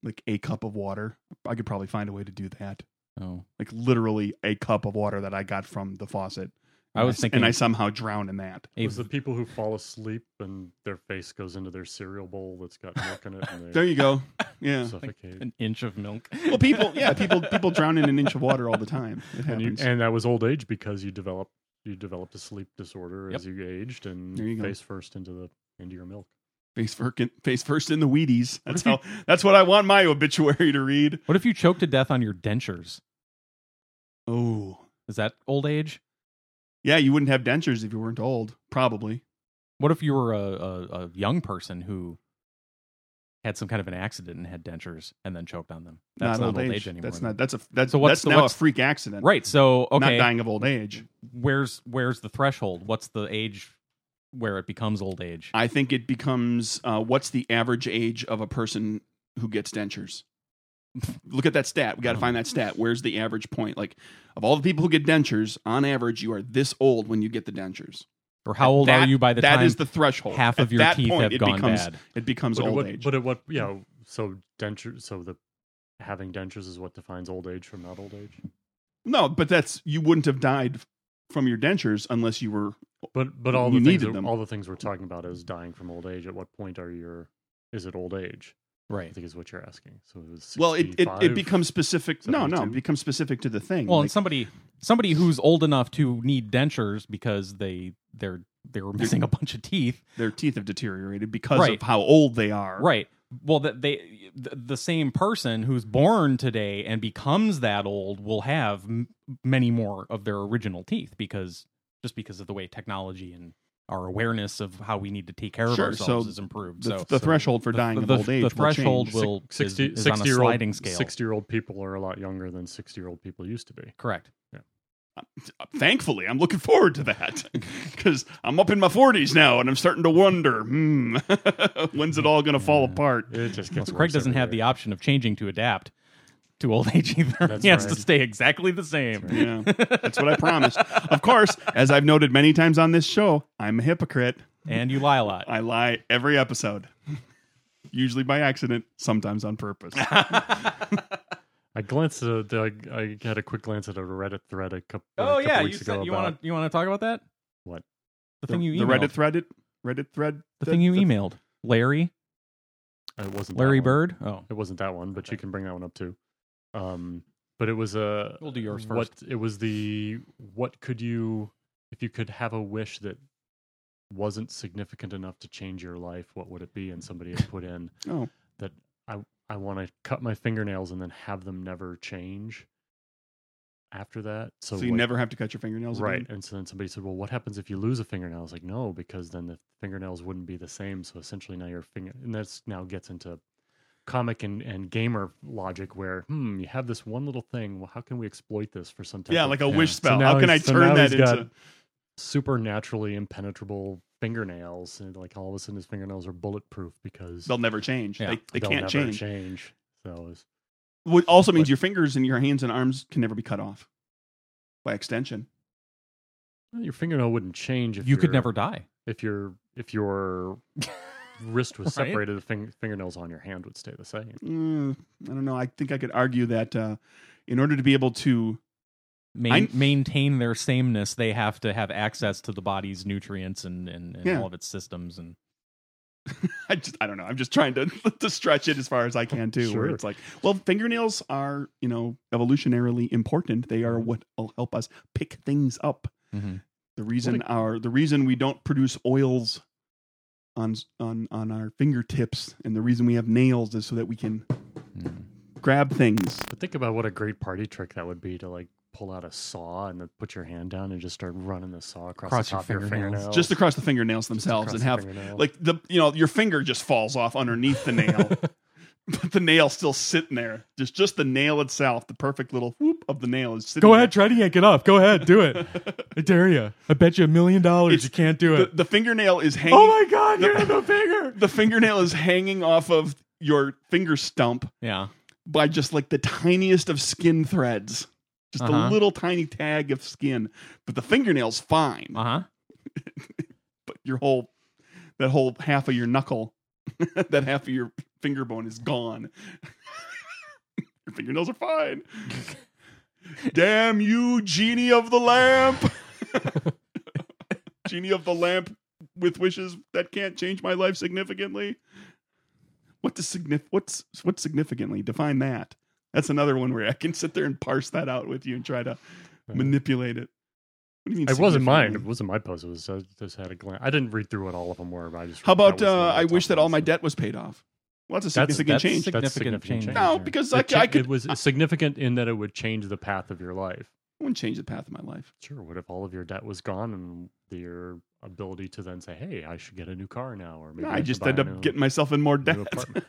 Like a cup of water. I could probably find a way to do that.
Oh,
Like literally a cup of water that I got from the faucet.
I was
And
thinking
and I somehow drown in that.
a-
It was the people who fall asleep and their face goes into their cereal bowl that's got milk in it and
There
they
you go. Yeah.
suffocate.
an inch of milk.
Well, people. Yeah. People. People drown in an inch of water all the time. It
and, you,
happens.
and that was old age because you developed you developed a sleep disorder as you aged and
There you go.
face first into the into your milk.
face first. Face first in the Wheaties. That's
if
how. That's what I want my obituary to read.
What if you choke to death on your dentures?
Oh.
Is that old age?
Yeah. You wouldn't have dentures if you weren't old. Probably.
What if you were a, a, a young person who had some kind of an accident and had dentures and then choked on them? That's not, old age, anymore.
That's not. That's a. That's
So what's
that's
the-
now
what's-
a freak accident.
right. So okay,
Not dying of old age.
where's where's the threshold? What's the age where it becomes old age?
I think it becomes. Uh, what's the average age of a person who gets dentures? Look at that stat. We got to find that stat. Where's the average point? Like, of all the people who get dentures, on average, you are this old when you get the dentures.
or how old are
That-
you by the
that
time
is the threshold.
half of
At
your
that
teeth
point,
have
it
gone
becomes,
bad?
It becomes
But at
old
what,
age.
but at what yeah, so denture so the having dentures is what defines old age from not old age.
no, but that's you wouldn't have died from your dentures unless you were
But but all
You
the things
needed
that-
them.
all the things we're talking about is dying from old age. At what point are your is it old age? I
right?
think is what you're asking. So it was
well. It, it, it
65?
becomes specific. No, no, it
72?
becomes specific to the thing.
Well,
Like,
and somebody somebody who's old enough to need dentures because they they're they were missing a bunch of teeth.
their teeth have deteriorated because
Right.
of how old they are.
Right. Well, that they the, the same person who's born today and becomes that old will have m- many more of their original teeth because just because of the way technology and our awareness of how we need to take care of
Sure,
ourselves
so
is improved.
The,
so
the threshold for dying
the,
of
the-
old age
the threshold
will, change.
will, is-
60,
is,
60
on a
year
sliding
old,
scale.
60 year old people are a lot younger than 60 year old people used to be.
Correct.
Thankfully, I'm looking forward to that because I'm up in my 40s now and I'm starting to wonder, hmm, when's it all going to fall apart?
It just
Well,
gets
Craig
worse
doesn't have
every
the
year.
option of changing to adapt to old age either.
That's
he has
right.
to stay exactly the same.
Yeah, that's what I promised. Of course, as I've noted many times on this show, I'm a hypocrite.
And you lie a lot.
I lie every episode, usually by accident, sometimes on purpose.
I glanced at I, I had a quick glance at a Reddit thread a couple.
Oh
a couple
yeah, you
weeks ago
said you
about
want to you want to talk about that?
What?
The thing you
the
emailed.
Reddit thread, it Reddit thread,
the thing you emailed. Larry,
it wasn't that
Larry
one.
Bird. Oh,
It wasn't that one, but you can bring that one up too. Um, but it was a.
We'll do yours
What it was the what could you if you could have a wish that wasn't significant enough to change your life? What would it be? And somebody had put in
Oh.
that I I want to cut my fingernails and then have them never change. After that, so,
so you
like,
never have to cut your fingernails. again?
right and so then somebody said well what happens if you lose a fingernail i was like no because then the fingernails wouldn't be the same so essentially now your finger and that's now gets into comic and, and gamer logic where hmm you have this one little thing well how can we exploit this for some type
Yeah,
of-
like a
Yeah.
wish
So
spell.
now
How can I
he's- so
turn
now
that
he's got
into?
supernaturally impenetrable fingernails and like all of a sudden his fingernails are bulletproof because
They'll never change.
Yeah.
They, they
they'll
can't
never
change.
change so it's
What also means
But-
your fingers and your hands and arms can never be cut off. By extension,
your fingernail wouldn't change if
you could
your-
never die.
if your if your wrist was
Right?
separated the fing- fingernails on your hand would stay the same
Mm, I don't know. I think I could argue that uh, in order to be able to,
Main,
I'm-
maintain their sameness. They have to have access to the body's nutrients and and, and
Yeah.
all of its systems. And
I just I don't know. I'm just trying to to stretch it as far as I can too. Where
Sure.
it's like, well, fingernails are you know evolutionarily important. They are what will help us pick things up.
Mm-hmm.
The reason our the reason we don't produce oils on on on our fingertips, and the reason we have nails is so that we can grab things.
But think about what a great party trick that would be to like pull out a saw and then put your hand down and just start running the saw across,
Across
the
your
top of your
fingernails.
fingernails.
just across the fingernails themselves
across
and
the
have
fingernail.
like the you know your finger just falls off underneath the nail but the nail's still sitting there just just the nail itself the perfect little whoop of the nail is sitting
Go
there.
ahead, try to yank it off. Go ahead, do it. I dare you. I bet you a million dollars
It's-
you can't do
the,
it.
the fingernail is hanging
Oh my god,
the-
you have a finger.
the fingernail is hanging off of your finger stump
Yeah.
by just like the tiniest of skin threads just
Uh-huh.
a little tiny tag of skin but the fingernail's fine
Uh huh.
but your whole that whole half of your knuckle that half of your finger bone is gone your fingernails are fine damn you genie of the lamp genie of the lamp with wishes that can't change my life significantly what does signif- what's what significantly define that that's another one where i can sit there and parse that out with you and try to manipulate it what do you mean
it wasn't mine.
significantly?
It wasn't my post. It was I just had a glance. I didn't read through what all of them were. But I just
How
read that
about
was one of
uh,
the
I
top
wish that all my
ones.
debt was paid off? Well, that's a
That's-
significant
that's
change.
sig-
That's
Significant
significant
change.
change.
No,
there.
because,
It
like, I could-
It was significant in that it would change the path of your life.
I wouldn't change the path of my life.
Sure. What if all of your debt was gone and your ability to then say, "Hey, I should get a new car now," or maybe
No,
I
I
should
just
buy
end
a
up
new-
getting myself in more debt.
new apartment.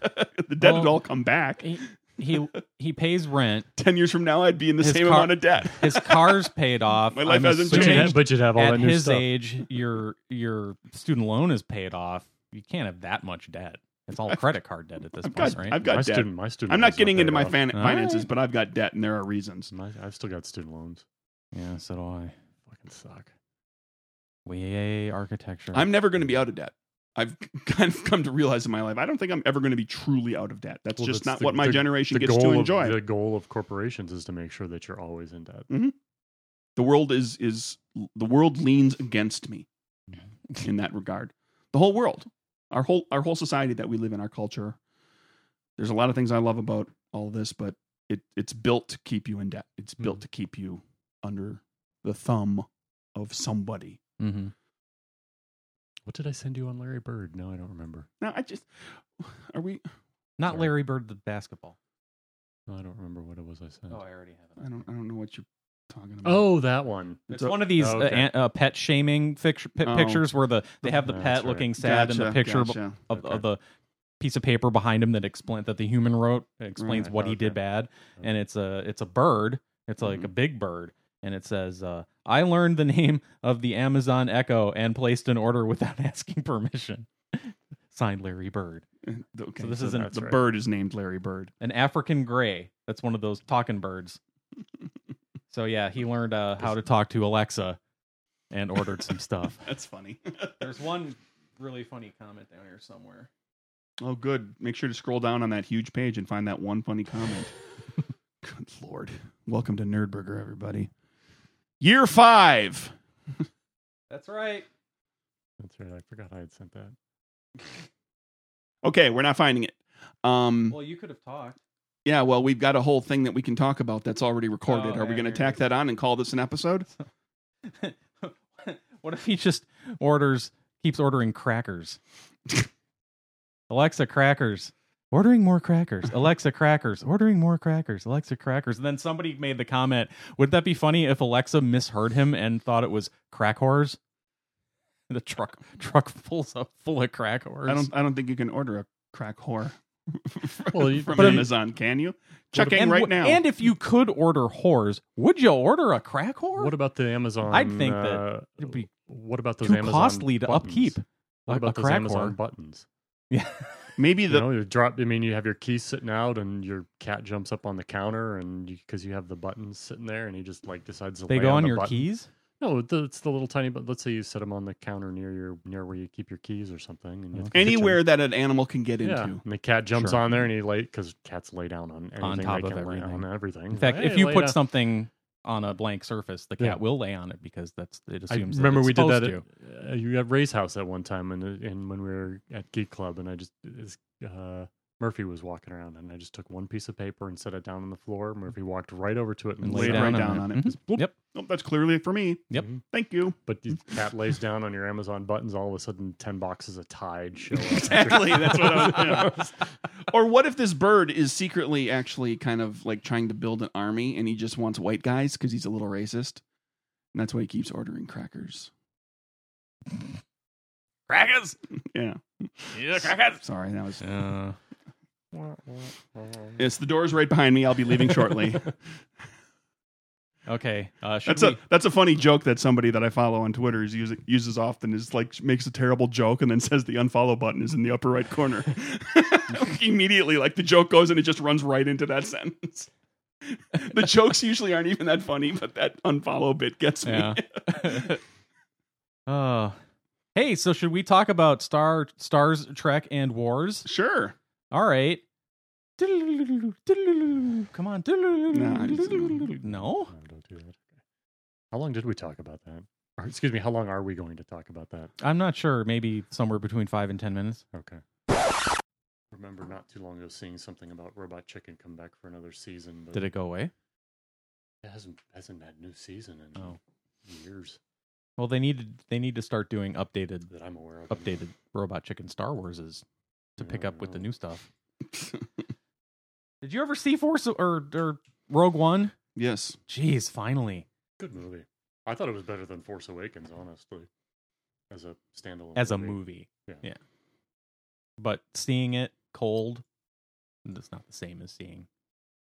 the debt would
Well-
all come back.
He he, he pays rent.
Ten years from now, I'd be in the
His
same
car-
amount of debt.
His car's paid off.
My life
I'm
hasn't
But you'd,
assuming
have, but you'd have all
at
that new
his
stuff.
age, your your student loan is paid off. You can't have that much debt. It's all credit card debt at this
I've
point,
got,
right?
I've
my
got debt.
student, my student.
I'm not
loan's
getting into my
paid off.
fin-
All
finances,
right.
but I've got debt, and there are reasons.
My, I've still got student loans.
yeah, so do I.
Fucking suck.
Way architecture.
I'm never going to be out of debt. I've kind of come to realize in my life, I don't think I'm ever going to be truly out of debt. That's
Well,
just
that's
not
the-
what my
the-
generation
The
gets
goal
to
of-
enjoy.
The goal of corporations is to make sure that you're always in debt.
the world is is the world leans against me
Mm-hmm.
in that regard the whole world our whole our whole society that we live in our culture there's a lot of things i love about all this but it it's built to keep you in debt it's
Mm-hmm.
built to keep you under the thumb of somebody
Mhm.
What did I send you on Larry Bird? No, I don't remember.
now i just are we
Not
Sorry.
Larry Bird, the basketball.
No, I don't remember what it was Oh, I sent.
Oh, I already have
i don't i don't know what you're talking about
Oh, that one.
It's
a-
one of these
Oh,
uh,
okay.
an- uh, pet shaming fic- pi-
Oh.
pictures where the they have the
Oh, That's
pet
right.
looking sad and the
Gotcha,
picture b-
gotcha.
of,
Okay.
of the piece of paper behind him that explain that the human wrote that explains
Right,
what he
okay.
did bad, and it's a it's a bird. It's like a big bird, and it says, uh, "I learned the name of the Amazon Echo and placed an order without asking permission." Signed Larry Bird,
okay,
so this is an-
the
that's right.
bird is named larry bird
an African gray. That's one of those talking birds. so yeah, he learned uh, how to talk to Alexa, and ordered some stuff.
that's funny
There's one really funny comment down here somewhere.
Oh, good. Make sure to scroll down on that huge page and find that one funny comment. good lord. Welcome to Nerdburger, everybody. Year five.
That's right.
That's right. I forgot I had sent that.
Okay, we're not finding it. Um,
Well, you could have talked.
yeah, well, we've got a whole thing that we can talk about that's already recorded.
Oh,
Are we
yeah,
going
here
to
it
tack
is.
that on and call this an episode?
what if he just orders, keeps ordering crackers? Alexa, crackers. Ordering more crackers. Alexa, crackers. Ordering more crackers. Alexa, crackers. And then somebody made the comment Would that be funny if Alexa misheard him and thought it was crack whores? The truck truck pulls up full of crack whores.
I don't. I don't think you can order a crack whore
Well, you,
from
but
Amazon, can you? Checking
and
right
wh-
now.
And if you could order whores, would you order a crack whore?
what about the Amazon?
I'd think that
uh,
It'd be
what about those
too
Amazon
costly to
buttons?
upkeep.
What
A-
about
a
those
crack
Amazon
whore.
buttons?
Yeah.
Maybe
You
the
know, you drop. I mean, you have your keys sitting out, and your cat jumps up on the counter, and because you, have the buttons sitting there, and he just like decides to.
They
lay
go
on,
on
the
your
button.
keys?
No, the, it's the little tiny. But let's say you set them on the counter near your near where you keep your keys or something, and you have the kitchen.
anywhere that an animal can get
Yeah,
into.
and the cat jumps
Sure.
on there, and he lay because cats lay down on anything.
top
they
of
can lay
everything.
on everything.
In fact,
Hey,
if you
lay
put
down.
something on a blank surface, the cat
Yeah.
will lay on it because that's it
I
assumes. that
remember
it's
we did
supposed
that at,
to.
uh, you at Ray's house at one time, and uh, and when we were at Geek Club, and I just this, uh, Murphy was walking around, and I just took one piece of paper and set it down on the floor. Murphy walked right over to it and,
And
lay
laid down.
down right down on it.
Mhm.
Just bloop.
Yep.
Oh, that's clearly for me.
Yep.
Mhm.
Thank you.
But the cat lays down on your Amazon buttons. All of a sudden, ten boxes of Tide show up.
Exactly. That's what I was. yeah. Or what if this bird is secretly actually kind of like trying to build an army and he just wants white guys because he's a little racist? And that's why he keeps ordering crackers.
Crackers.
Yeah.
Yeah, crackers.
Sorry, that was.
Uh,
It's the door's right behind me. I'll be leaving shortly.
okay. Uh, should
That's
we?
a that's a funny joke that somebody that I follow on Twitter is using, uses often is like makes a terrible joke and then says the unfollow button is in the upper right corner. Immediately, like the joke goes and it just runs right into that sentence. The jokes usually aren't even that funny, but that unfollow bit gets me.
Yeah. uh, hey, so should we talk about Star Stars Trek and Wars?
Sure.
All right. Come on.
I just-
No.
No, don't do that. How long did we talk about that? Or, excuse me, how long are we going to talk about that?
I'm not sure. Maybe somewhere between five and ten minutes.
Okay. Remember not too long ago seeing something about Robot Chicken come back for another season, but
Did it go away?
it hasn't hasn't had new season in
Oh.
years
Well, they needed they need to start doing updated
that I'm aware of.
updated Robot Chicken Star Wars is to pick up with the new stuff. Did you ever see Force or or Rogue One?
yes.
Jeez, finally.
Good movie. I thought it was better than Force Awakens, honestly. As a standalone.
as a movie.
Yeah.
But seeing it cold, it's not the same as seeing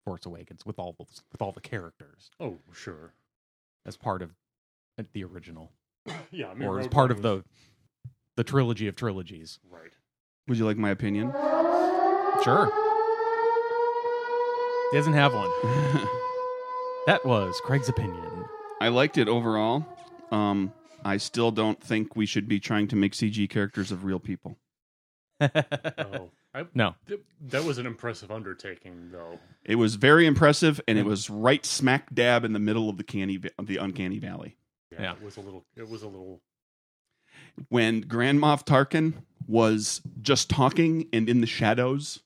Force Awakens with all those, with all the characters
Oh, sure.
as part of the original,
Yeah, I mean,
or as
Rogue
part
One
of
was-
the the trilogy of trilogies.
right.
Would you like my opinion?
Sure. He doesn't have one. That was Craig's opinion.
I liked it overall. Um, I still don't think we should be trying to make CG characters of real people.
Oh, I,
no.
th- that was an impressive undertaking, though.
It was very impressive, and it was right smack dab in the middle of the canny of the uncanny valley.
Yeah.
it was a little. It was a little.
when Grand Moff Tarkin was just talking and in the shadows.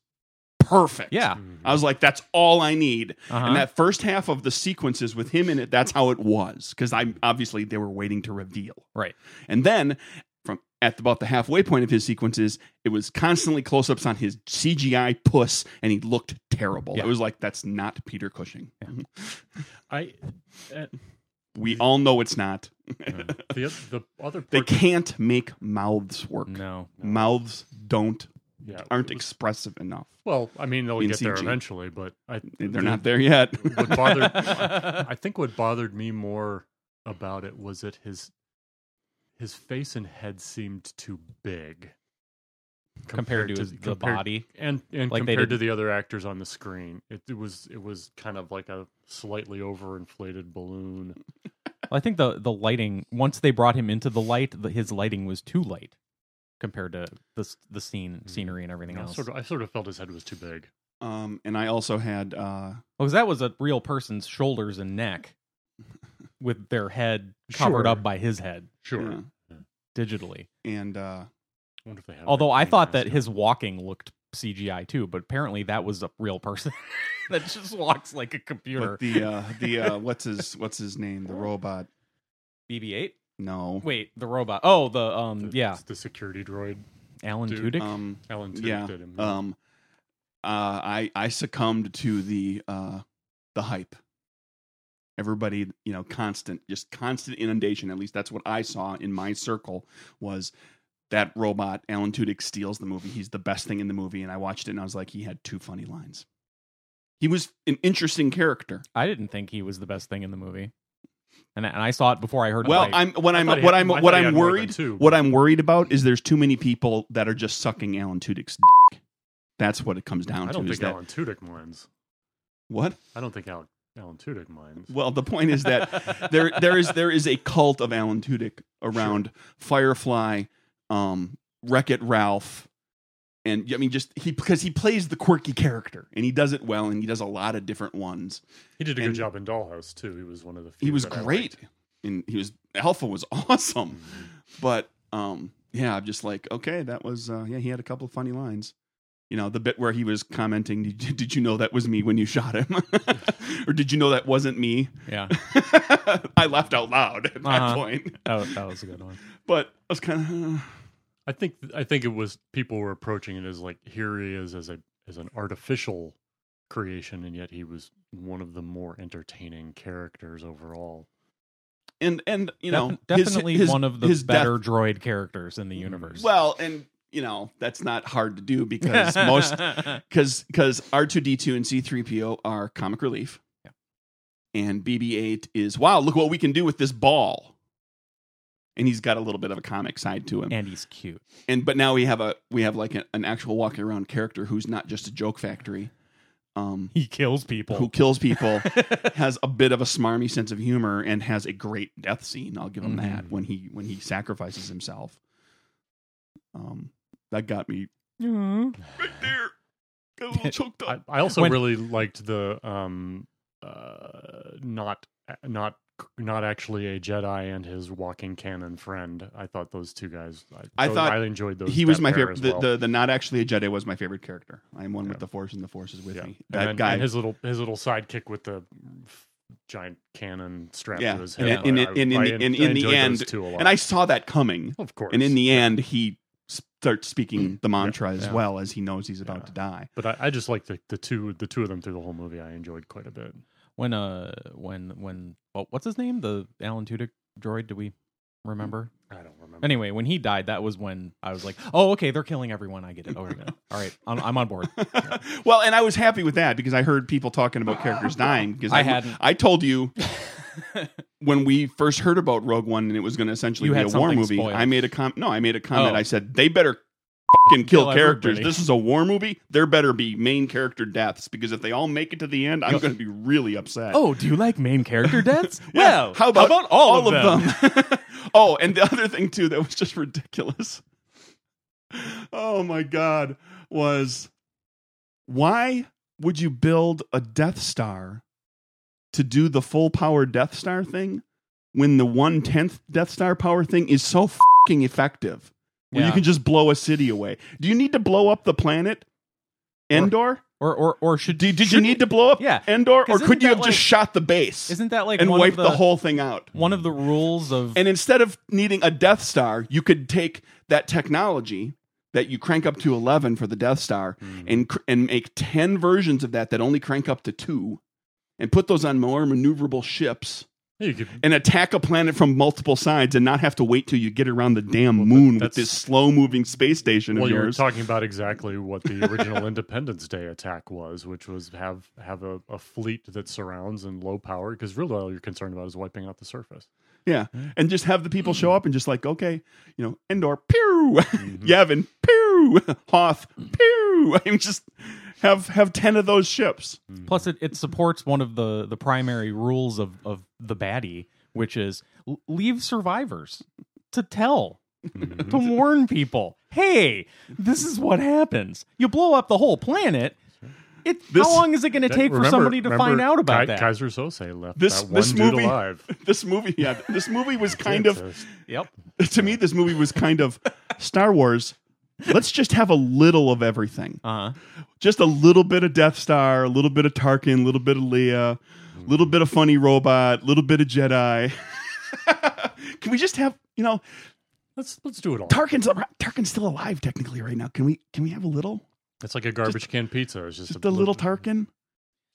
Perfect.
Yeah.
I was like, that's all I need.
Uh-huh.
And that first half of the sequences with him in it, that's how it was. Because I'm obviously they were waiting to reveal.
Right.
And then from at about the halfway point of his sequences, it was constantly close ups on his CGI puss and he looked terrible.
Yeah.
It was like, that's not Peter Cushing.
I uh,
We all know it's not.
the oth- the other
They
part,
can't make mouths work.
no.
Mouths don't
yeah,
aren't
it was-
expressive enough.
well. I mean, they'll
in
get there
CG.
eventually, but I,
They're not there yet.
What bothered, I think what bothered me more about it was that his his face and head seemed too big
compared, to, his, the
compared-
body.
and and
Like they
compared to
did-
the other actors on the screen. It, it was it was kind of like a slightly overinflated balloon.
Well, I think the the lighting once they brought him into the light, the, his lighting was too light compared to the s- the scene scenery and everything
I
else.
sort of I sort of felt his head was too big.
Um, and I also had uh,
because that was a real person's shoulders and neck with their head covered
Sure.
up by his head
Sure.
yeah,
digitally.
and uh,
wonder if they have
Although I thought that
his.
his walking looked CGI too, but apparently that was a real person that just walks like a computer.
like the uh, the uh, what's his what's his name? The robot?
BB-8.
No.
Wait, the robot. Oh, the um,
The,
yeah,
the security droid.
Alan
dude,
Tudyk.
Um,
Alan Tudyk
yeah.
did him.
Um, uh, I I succumbed to the uh, the hype. Everybody, you know, constant, just constant inundation. At least that's what I saw in my circle was that robot. Alan Tudyk steals the movie. He's the best thing in the movie, and I watched it and I was like, he had two funny lines. He was an interesting character.
I didn't think he was the best thing in the movie, and and I saw it before I heard.
Well,
about it.
I'm what I'm
thought he
what
had-
I'm
I thought
what
he
I'm
had more than
worried
two.
what I'm worried about is there's too many people that are just sucking Alan Tudyk's dick. That's what it comes down
I
to.
don't
is
think
that
Alan Tudyk minds.
what?
I don't think Alan, Alan Tudyk minds.
Well, the point is that there there is there is a cult of Alan Tudyk around Firefly, um, Wreck It Ralph, and I mean just he because he plays the quirky character and he does it well and he does a lot of different ones.
he did a
and-
good job in Dollhouse too. He was one of the. Few
He was
that I
great,
liked.
and he was Alpha was awesome. but um yeah i'm just like okay that was uh yeah he had a couple of funny lines you know the bit where he was commenting did you, did you know that was me when you shot him or did you know that wasn't me
yeah,
i laughed out loud at
Uh-huh.
that point
that, that was a good one.
but i was kind of
I think I think it was people were approaching it as like here he is as a as an artificial creation, and yet he was one of the more entertaining characters overall.
and and you know
Def- definitely
his, his,
one of the
his
better droid characters in the universe.
Death, well, and you know that's not hard to do because most because because R two D two and C three PO are comic relief.
Yeah.
And BB eight is wow! Look what we can do with this ball. And he's got a little bit of a comic side to him.
and he's cute.
and but now we have a we have like an, an actual walking around character who's not just a joke factory um
He kills people.
who kills people has a bit of a smarmy sense of humor and has a great death scene i'll give him
Mm-hmm.
that
Mhm.
when he when he sacrifices himself um that got me right there got a little choked
I,
up
I also
When-
really liked the um uh not not not actually a Jedi and his walking cannon friend. I thought those two guys.
I
those-
thought
I enjoyed those.
he was
that
my
pair
favorite
as
the,
well.
the the not actually a jedi was my favorite character i am one
Yeah.
with the force and the force is with
Yeah.
me
and
that
then-
guy
and his little his little sidekick with the giant cannon strapped
Yeah.
to his
And-
head.
and-
I-
and- and-
I-
and- and
I
in the
enjoyed those
end-
two a lot.
and i saw that coming
of course,
and in the end he starts speaking the mantra as
Yeah.
well as he knows he's about
Mm. Yeah.
to die
but I, I just like the, the two the two of them through the whole movie. I enjoyed quite a bit.
when uh when when oh, what's his name? The Alan Tudyk droid? Do we remember?
I don't remember.
Anyway, when he died, that was when I was like, "Oh, okay, they're killing everyone. I get it. Okay, all right, I'm, I'm on board."
well, and I was happy with that because I heard people talking about characters dying because
I
I,
hadn't.
I told you when we first heard about Rogue One and it was going to essentially
You
be
had
a war
something
movie.
spoiled.
I made a com- no, I made a comment.
Oh.
I said they better fucking kill,
Kill
characters.
everybody."
This is a war movie. There better be main character deaths because if they all make it to the end, I'm going to be really upset.
oh, do you like main character deaths?
Yeah.
Well,
how about, all,
of
of them? oh, and the other thing too that was just ridiculous. Oh my god, was why would you build a Death Star to do the full power Death Star thing when the one tenth Death Star power thing is so fucking effective? Where
Yeah.
you can just blow a city away. Do you need to blow up the planet? Endor?
or or or should
Did, did you need to blow up
Yeah.
Endor? Or
'Cause
could
isn't that
you have
like-
just shot the base
Isn't that like
and
one
wiped
of
the whole thing out?
one of the rules of
And instead of needing a Death Star, you could take that technology that you crank up to 11 for the Death Star
Hmm.
and cr- and make 10 versions of that that only crank up to 2 and put those on more maneuverable ships
You could
and attack a planet from multiple sides and not have to wait till you get around the damn moon with
that's-
this slow moving space station
well,
of
you were
yours.
talking about exactly what the original Independence Day attack was, which was have have a, a fleet that surrounds and low power because really all you're concerned about is wiping out the surface.
yeah. And just have the people show up and just like, okay, you know, Endor, pew,
Mm-hmm.
Yavin, pew, Hoth, pew. I mean, just have have 10 of those ships.
plus it, it supports one of the the primary rules of of the baddie, which is l- leave survivors to tell
Mm-hmm.
to warn people. Hey, this is what happens. You blow up the whole planet. It,
This-
how long is it going to take
Remember-
for somebody to
remember
find out about
Ki-
that?
Kaiser Sose left
This-
that one
this
dude
movie-
alive.
this movie yeah this movie was kind
It's
of
a-
yep.
to me this movie was kind of star wars let's just have a little of everything
Uh huh.
just a little bit of death star a little bit of tarkin a little bit of leia a little bit of funny robot a little bit of jedi can we just have you know
let's let's do it all.
tarkin's al- tarkin's still alive technically right now can we can we have a little
It's like a garbage can pizza. It's just,
just a little tarkin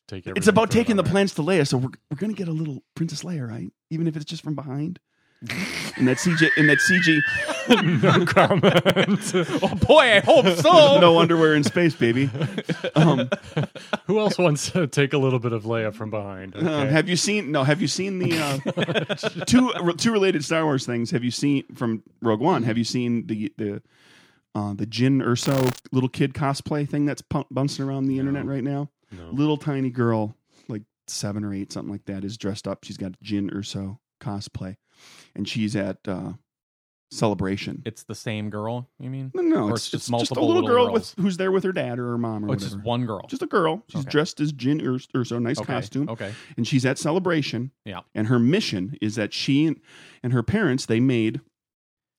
Take
it's
everything,
about
throw it
taking
on
the
there.
plans to leia so we're, we're gonna get a little princess leia right even if it's just from behind and that cg and that cg
no comment.
Oh boy, I hope so.
no underwear in space, baby. Um,
Who else wants to take a little bit of Leia from behind?
um,
Okay.
have you seen? No, have you seen the uh, two two related Star Wars things? Have you seen from Rogue One? Have you seen the the uh, the Jin Urso little kid cosplay thing that's pu- bouncing around the internet right now?
No.
Little tiny girl, like seven or eight, something like that, is dressed up. She's got Jin Urso cosplay, and she's at uh, celebration.
It's the same girl. You mean?
no, no,
or
it's,
it's just
just, just a
multiple
little,
little
girl
girls.
with who's there with her dad or her mom or
Oh,
whatever.
it's just one girl.
just a girl. She's
Okay.
dressed as Jin Urs- Urso, nice
okay.
costume,
Okay.
and she's at Celebration.
Yeah.
And her mission is that she and, and her parents they made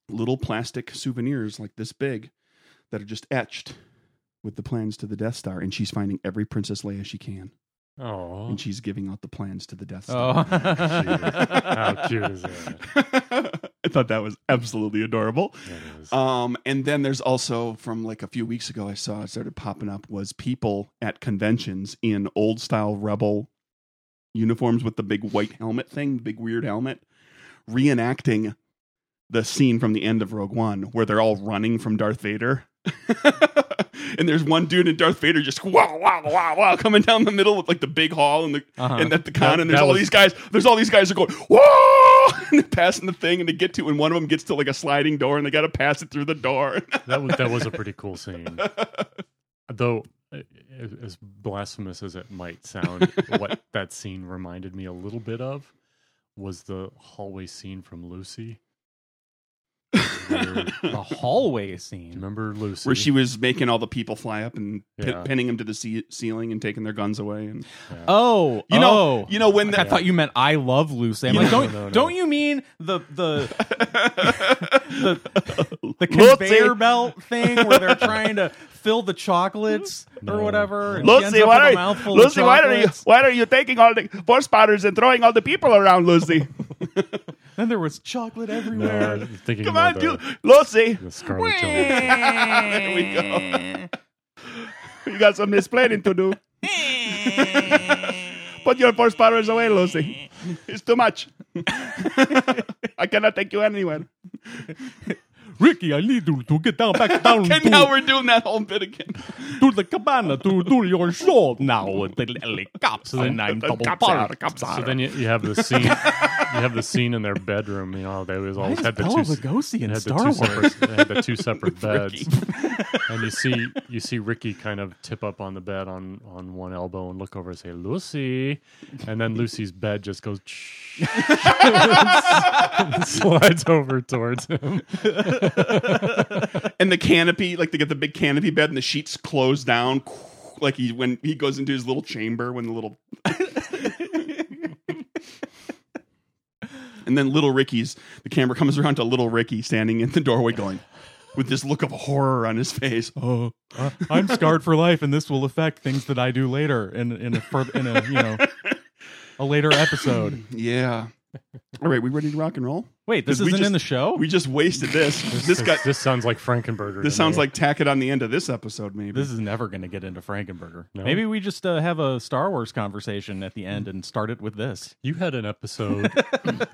little plastic souvenirs like this big that are just etched with the plans to the Death Star, and she's finding every Princess Leia she can,
Oh,
and she's giving out the plans to the Death Star.
Oh.
How cute is that?
I thought that was absolutely adorable.
That is.
Um, and then there's also from like a few weeks ago, I saw it started popping up was people at conventions in old style rebel uniforms with the big white helmet thing, the big weird helmet, reenacting the scene from the end of Rogue One where they're all running from Darth Vader. and there's one dude and Darth Vader just wow wow wow wow coming down the middle with like the big hall and the
Uh-huh.
and at the con,
That-
and there's
that
all
was-
these guys. There's all these guys are going whoa, and they're passing the thing, and they get to, and one of them gets to like a sliding door, and they got to pass it through the door.
that was that was a pretty cool scene. Though, uh, as as blasphemous as it might sound, what that scene reminded me a little bit of was the hallway scene from Lucy. Where-
the hallway scene.
remember Lucy?
Where she was making all the people fly up and pin-
Yeah.
pinning them to the ce- ceiling and taking their guns away, and
Yeah.
Oh,
you know,
oh.
you know when
I
that.
thought you meant I love Lucy. I'm
You
like,
know-
don't
No, no, no.
don't you mean the the the
Lucy.
conveyor belt thing where they're trying to fill the chocolates or
No.
whatever? and she ends
Lucy,
up with a
why are, you,
mouthful of
Lucy why are you
chocolates?
why are you taking all the force powders and throwing all the people around, Lucy?
Then there was chocolate
No, I
everywhere.
was thinking
Come
more
on,
the,
dude, Lucy.
The Scarlet Joker.
there we go. you got some explaining to do. Put your force powers away, Lucy. It's too much. I cannot take you anywhere.
Ricky, I need you to get down back down
And now we're doing that whole bit again.
to the cabana to do your show now with the helicopter
then- So then you, you have the scene. you have the scene in their bedroom. You know, they was always
does
had the
Bela
two.
Lugosi in
had
Star
the
Wars?
two separate, they had the two separate beds, and you see you see Ricky kind of tip up on the bed on on one elbow and look over and say Lucy, and then Lucy's bed just goes and slides over towards him.
And the canopy, like they get the big canopy bed and the sheets close down. Like he when he goes into his little chamber when the little And then little Ricky's the camera comes around to little Ricky standing in the doorway going with this look of horror on his face.
Oh, uh, I'm scarred for life, and this will affect things that I do later in in a fur- in a you know a later episode.
Yeah. All right, we ready to rock and roll?
Wait,
this
this
Did we
isn't
isn't in just-
in
the
the show.
We just wasted this. This got
This sounds like Frankenburger.
this
to
sounds
me.
like tack it on the end of this episode, maybe.
this is never going to get into Frankenburger.
No.
Maybe we just uh, have a Star Wars conversation at the end and start it with this.
you had an episode.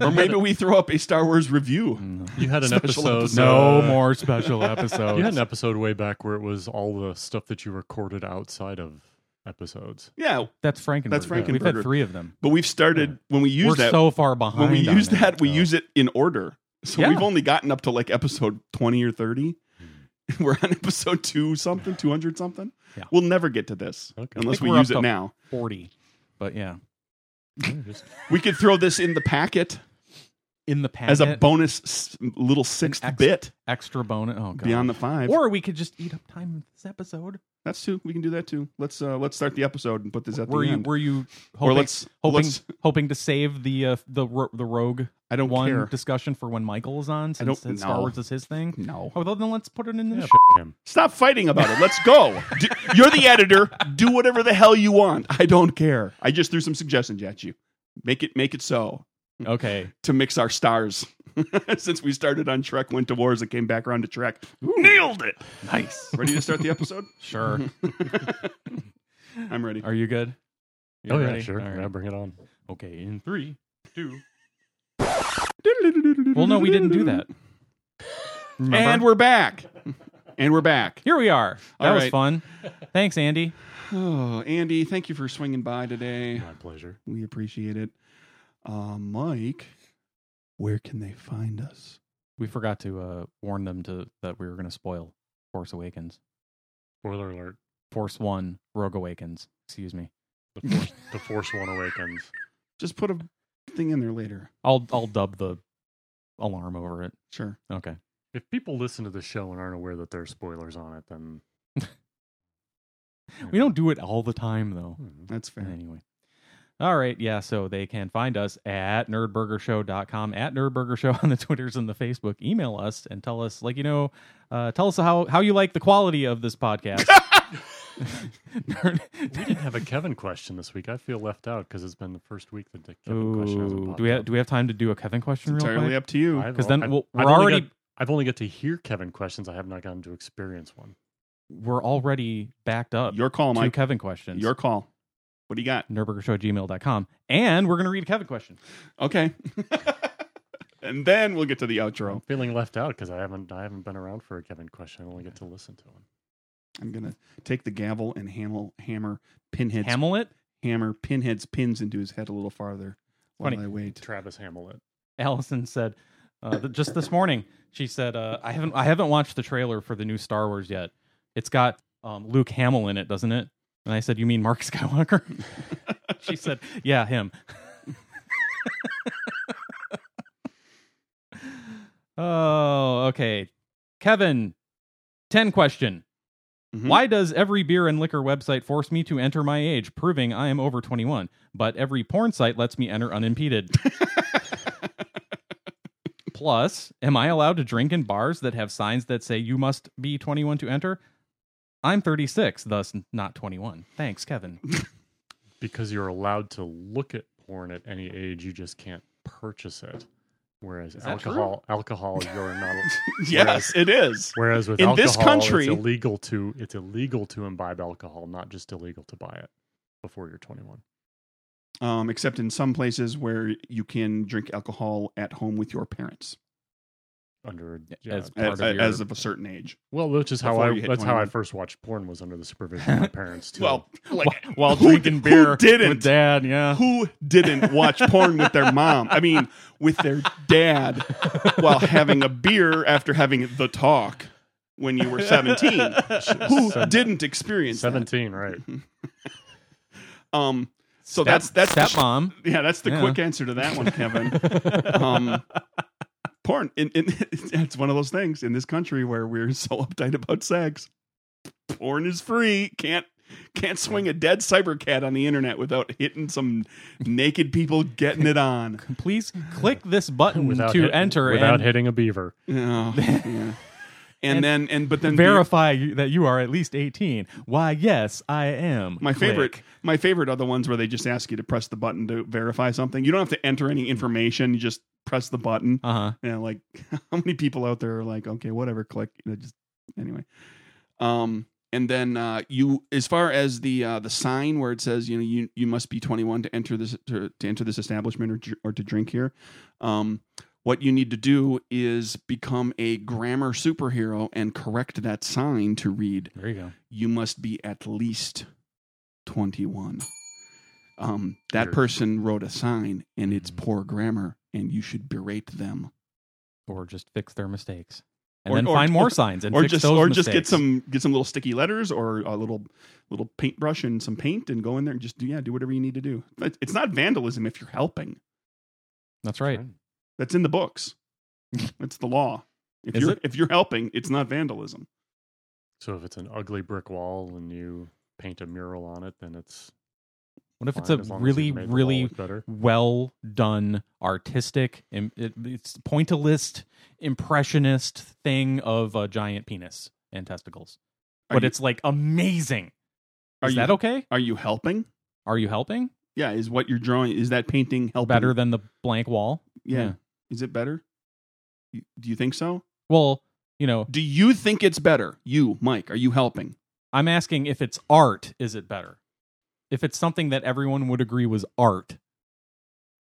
or maybe we throw up a Star Wars review.
Mm.
You had an
Special
episode.
episode.
No
uh,
more special episodes.
You had an episode way back where it was all the stuff that you recorded outside of episodes.
Yeah,
That's Frankenburger.
That's
We've
Frankenburger.
had three of them.
but we've started when we use
We're
that
so far behind.
when we
on
use
it.
that we
Oh.
use it in order. So
Yeah.
we've only gotten up to like episode 20 or 30. We're on episode 2 something, 200 something.
Hmm. Yeah.
We'll never get to this
Okay.
unless
think
we
we're
use
up
it
to-
now.
forty, but yeah,
Just-
We could throw this in the packet
in the packet
as a bonus s- little sixth
extra-
bit
extra bonus. Oh god,
beyond the 5.
or we could just eat up time with this episode.
That's two. We can do that too. Let's uh let's start the episode and put this at
were
the
you
end.
were you
or
hoping
let's
hoping
let's
hoping to save the uh, the ro- the rogue
I don't
one
care.
discussion for when Michael is on
I don't-
since that Star
no.
Wars is his thing?
No.
Oh, well, then let's put it in the
Yeah,
show.
him.
Stop fighting about it. Let's go. Do- you're the editor. Do whatever the hell you want. I don't care. I just threw some suggestions at you. Make it make it so
Okay,
to mix our stars. Since we started on Trek, went to Wars, and came back around to Trek. Nailed it.
nice.
Ready to start the episode?
Sure.
I'm ready.
Are you good? You
Oh yeah,
ready?
sure.
All right.
Yeah, bring it on.
Okay, in three, two. Well, no, we didn't do that. Remember?
And we're back. And we're back.
here we are. That
All
was
right.
fun. Thanks, Andy.
Oh, Andy, thank you for swinging by today.
My pleasure.
We appreciate it. Uh, Mike, where can they find us?
We forgot to uh, warn them to that we were going to spoil Force Awakens,
Spoiler alert:
Force One, Rogue Awakens. Excuse me.
the Force, the Force One awakens.
Just put a thing in there later.
I'll I'll dub the alarm over it.
Sure.
Okay.
If people listen to the show and aren't aware that there are spoilers on it, then
We don't do it all the time though.
Hmm.
That's fair.
Anyway. All right, yeah, so they can find us at nerdburgershow.com, at nerdburgershow on the Twitters and the Facebook. Email us and tell us, like, you know, uh, tell us how, how you like the quality of this podcast.
We didn't have a Kevin question this week. I feel left out because it's been the first week that the Kevin question hasn't
Ooh,
popped
do we have,
up.
do we have time to do a Kevin question real
entirely
quick?
up to you.
I've
Because
al-
then
I've-
we'll,
I've
we're
only
already
got- I've only got to hear Kevin questions. I have not gotten to experience one.
we're already backed up.
Your call,
to
Mike.
Kevin questions.
Your call. What do you got?
NerdburgerShow@gmail.com, and we're gonna read a Kevin question.
Okay. and then we'll get to the
I'm
outro.
feeling left out because I haven't I haven't been around for a Kevin question. I only get to listen to one.
I'm gonna take the gavel and hammer hammer pinheads
Hamlet,
hammer pinheads pins into his head a little farther while
Funny.
I wait.
Travis Hamlet.
Allison said uh, th- just this morning. She said, uh, "I haven't I haven't watched the trailer for the new Star Wars yet. It's got um, Luke Hamill in it, doesn't it?" And I said, "You mean Mark Skywalker?" she said, "Yeah, him." oh, okay. Kevin, ten question.
Mhm.
Why does every beer and liquor website force me to enter my age, proving I am over 21, but every porn site lets me enter unimpeded? Plus, am I allowed to drink in bars that have signs that say you must be 21 to enter? I'm 36, thus not 21. Thanks, Kevin.
Because you're allowed to look at porn at any age, you just can't purchase it. Whereas
that true?
alcohol, alcohol, you're not.
yes, it is.
Whereas with
In
alcohol,
this country-
it's illegal to it's illegal to imbibe alcohol, not just illegal to buy it before you're 21.
Um, except in some places where you can drink alcohol at home with your parents
Under
Yeah, as-
as,
Part of your-
as of a certain age.
well, which is how
before
I
you hit
that's how I
21.
first watched porn was under the supervision of my parents too.
Well, like
While
who-
drinking
who
beer
didn't?
with dad, yeah.
who didn't watch porn with their mom? I mean, with their dad while having a beer after having the talk when you were 17. Who didn't experience that?
17, right?
Um, so
Step-
that's that's the sh-
stepmom.
yeah, that's the
Yeah.
quick answer to that one, Kevin. um, porn. In, in, it's one of those things in this country where we're so uptight about sex. Porn is free. Can't can't swing a dead cyber cat on the internet without hitting some naked people getting it on.
Please click this button
Without
to
hit-
enter
without
and
hitting a beaver.
Oh, yeah. And,
And
then and but then be-
verify you- that you are at least 18. Why, yes, I am.
my
Click.
favorite my favorite are the ones where they just ask you to press the button to verify something. You don't have to enter any information, you just press the button.
Uh-huh.
Yeah, like how many people out there are like, okay, whatever, click. You know, just anyway. Um, and then uh, you, as far as the uh, the sign where it says, you know, you you must be 21 to enter this to, to enter this establishment or dr- or to drink here. Um, what you need to do is become a grammar superhero and correct that sign to read
There you go.
you must be at least 21. Um, that
Sure.
person wrote a sign and it's poor grammar and you should berate them
Or just fix their mistakes. And
Or-
then
or-
find more signs and
or
fix
just
those
or just get
mistakes.
some get some little sticky letters or a little little paintbrush and some paint and go in there and just do yeah, do whatever you need to do. But It's not vandalism if you're helping.
That's right.
That's in the books. That's the law. If
Is
you're
it?
if you're helping, it's not vandalism.
So if it's an ugly brick wall and you paint a mural on it, then it's
What if it's
fine,
a
as long as
really,
you've made the wall
really
look better.
well done, artistic, im- it, it's pointillist, impressionist thing of a giant penis and testicles.
Are
but
you-
it's like amazing.
Are
Is
you
that okay?
are you helping?
Are you helping?
Yeah, is what you're drawing is that painting helping?
Better than the blank wall?
yeah.
yeah.
Is it better? You- Do you think so?
Well, you know,
Do you think it's better? You, Mike, are you helping?
I'm asking if it's art, is it better? If it's something that everyone would agree was art,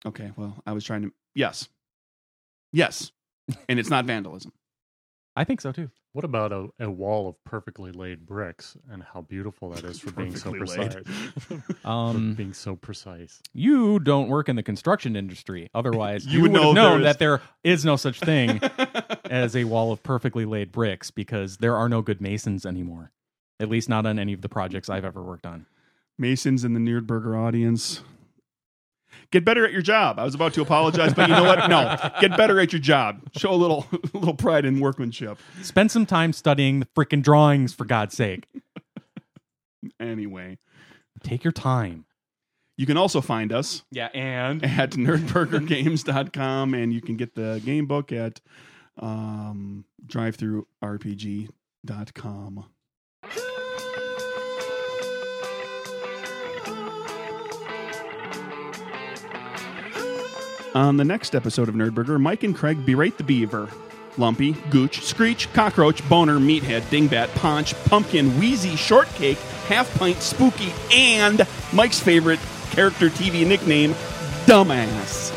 Okay, well, I was trying to Yes. Yes. And it's not vandalism.
I think so too.
What about a, a wall of perfectly laid bricks and how beautiful that is for being so
Perfectly
precise?
laid.
for
Um,
being so precise.
you don't work in the construction industry, otherwise
You
you,
would
would
know
have known
there is-
that there is no such thing as a wall of perfectly laid bricks because there are no good masons anymore. At least not on any of the projects I've ever worked on.
Masons in the Nerdberger audience. Get better at your job. I was about to apologize, but you know what? No. Get better at your job. Show a little a little pride in workmanship.
Spend some time studying the freaking drawings for God's sake.
Anyway,
Take your time.
you can also find us
Yeah, and
at nerdburgergames.com and you can get the game book at um drivethroughrpg.com. On the next episode of Nerdburger, Mike and Craig berate the beaver. Lumpy, Gooch, Screech, Cockroach, Boner, Meathead, Dingbat, Paunch, Pumpkin, Wheezy, Shortcake, Half Pint, Spooky, and Mike's favorite character TV nickname, Dumbass.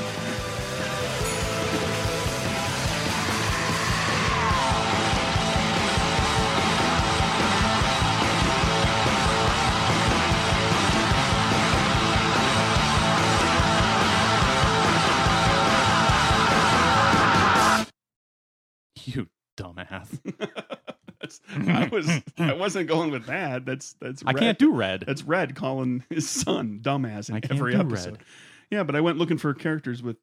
You dumbass.
I was I wasn't going with that. That's that's
I
red.
can't do red.
that's Red calling his son dumbass in
I can't
every
do
episode.
Red.
Yeah, but I went looking for characters with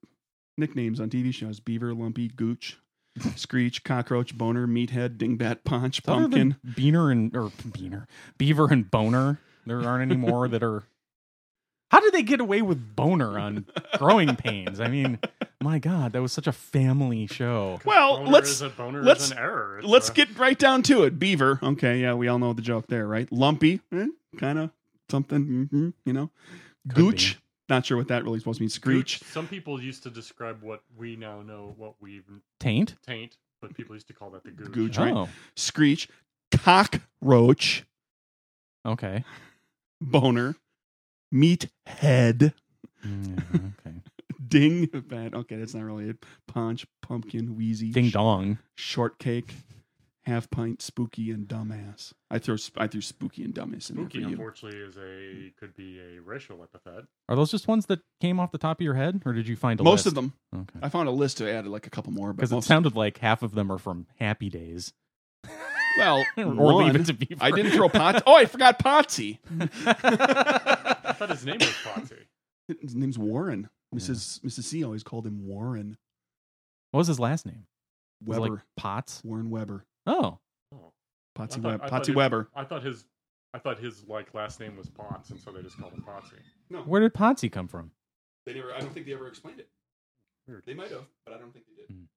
nicknames on TV shows: Beaver, Lumpy, Gooch, Screech, Cockroach, Boner, Meathead, Dingbat, Punch,
Other
Pumpkin.
than Beaner and or Beaner, Beaver and Boner. There aren't any more that are. How did they get away with Boner on Growing Pains? I mean, my God, that was such a family show.
Well,
Boner
oh, let's-
is a boner
let's-
is an error. It's
Let's
a-
get right down to it. Beaver. Okay, yeah, we all know the joke there, right? Lumpy, kind of something, mhm, you know.
Could
Gooch. Not sure what that really supposed to mean. Screech.
Gooch. Some people used to describe what we now know what we
Taint.
taint, but people used to call that the gooch.
Gooch. That's right.
Oh,
Screech. Cockroach.
okay.
Boner. Meathead.
Yeah, okay.
Ding bat. Okay, that's not really it. Punch, pumpkin, wheezy,
Ding dong.
shortcake, half pint, spooky, and dumbass. I throw sp- I threw spooky and dumbass in there for
Spooky,
you.
unfortunately, is a could be a racial epithet.
Are those just ones that came off the top of your head, or did you find a
Most of
list?
them.
Okay.
I found a list to add like a couple more, but
Because it
most,
sounded like half of them are from Happy Days.
well,
or
one,
leave it to Beaver.
I didn't throw pot. Oh, I forgot Potsy.
I thought his name was Potsy.
His name's Warren. Mrs. Mrs. C always called him Warren
What was his last name? Was
Weber.
it like Potts.
Warren Weber.
Oh,
Oh. I
Potsy
thought-
Web.
I thought
Potsy
it-
Weber.
I thought his, I thought his like last name was Potts, and so they just called him Potsy.
No,
where did Potsy come from?
they never. I don't think they ever explained it.
Weird.
might have, but I don't think they did.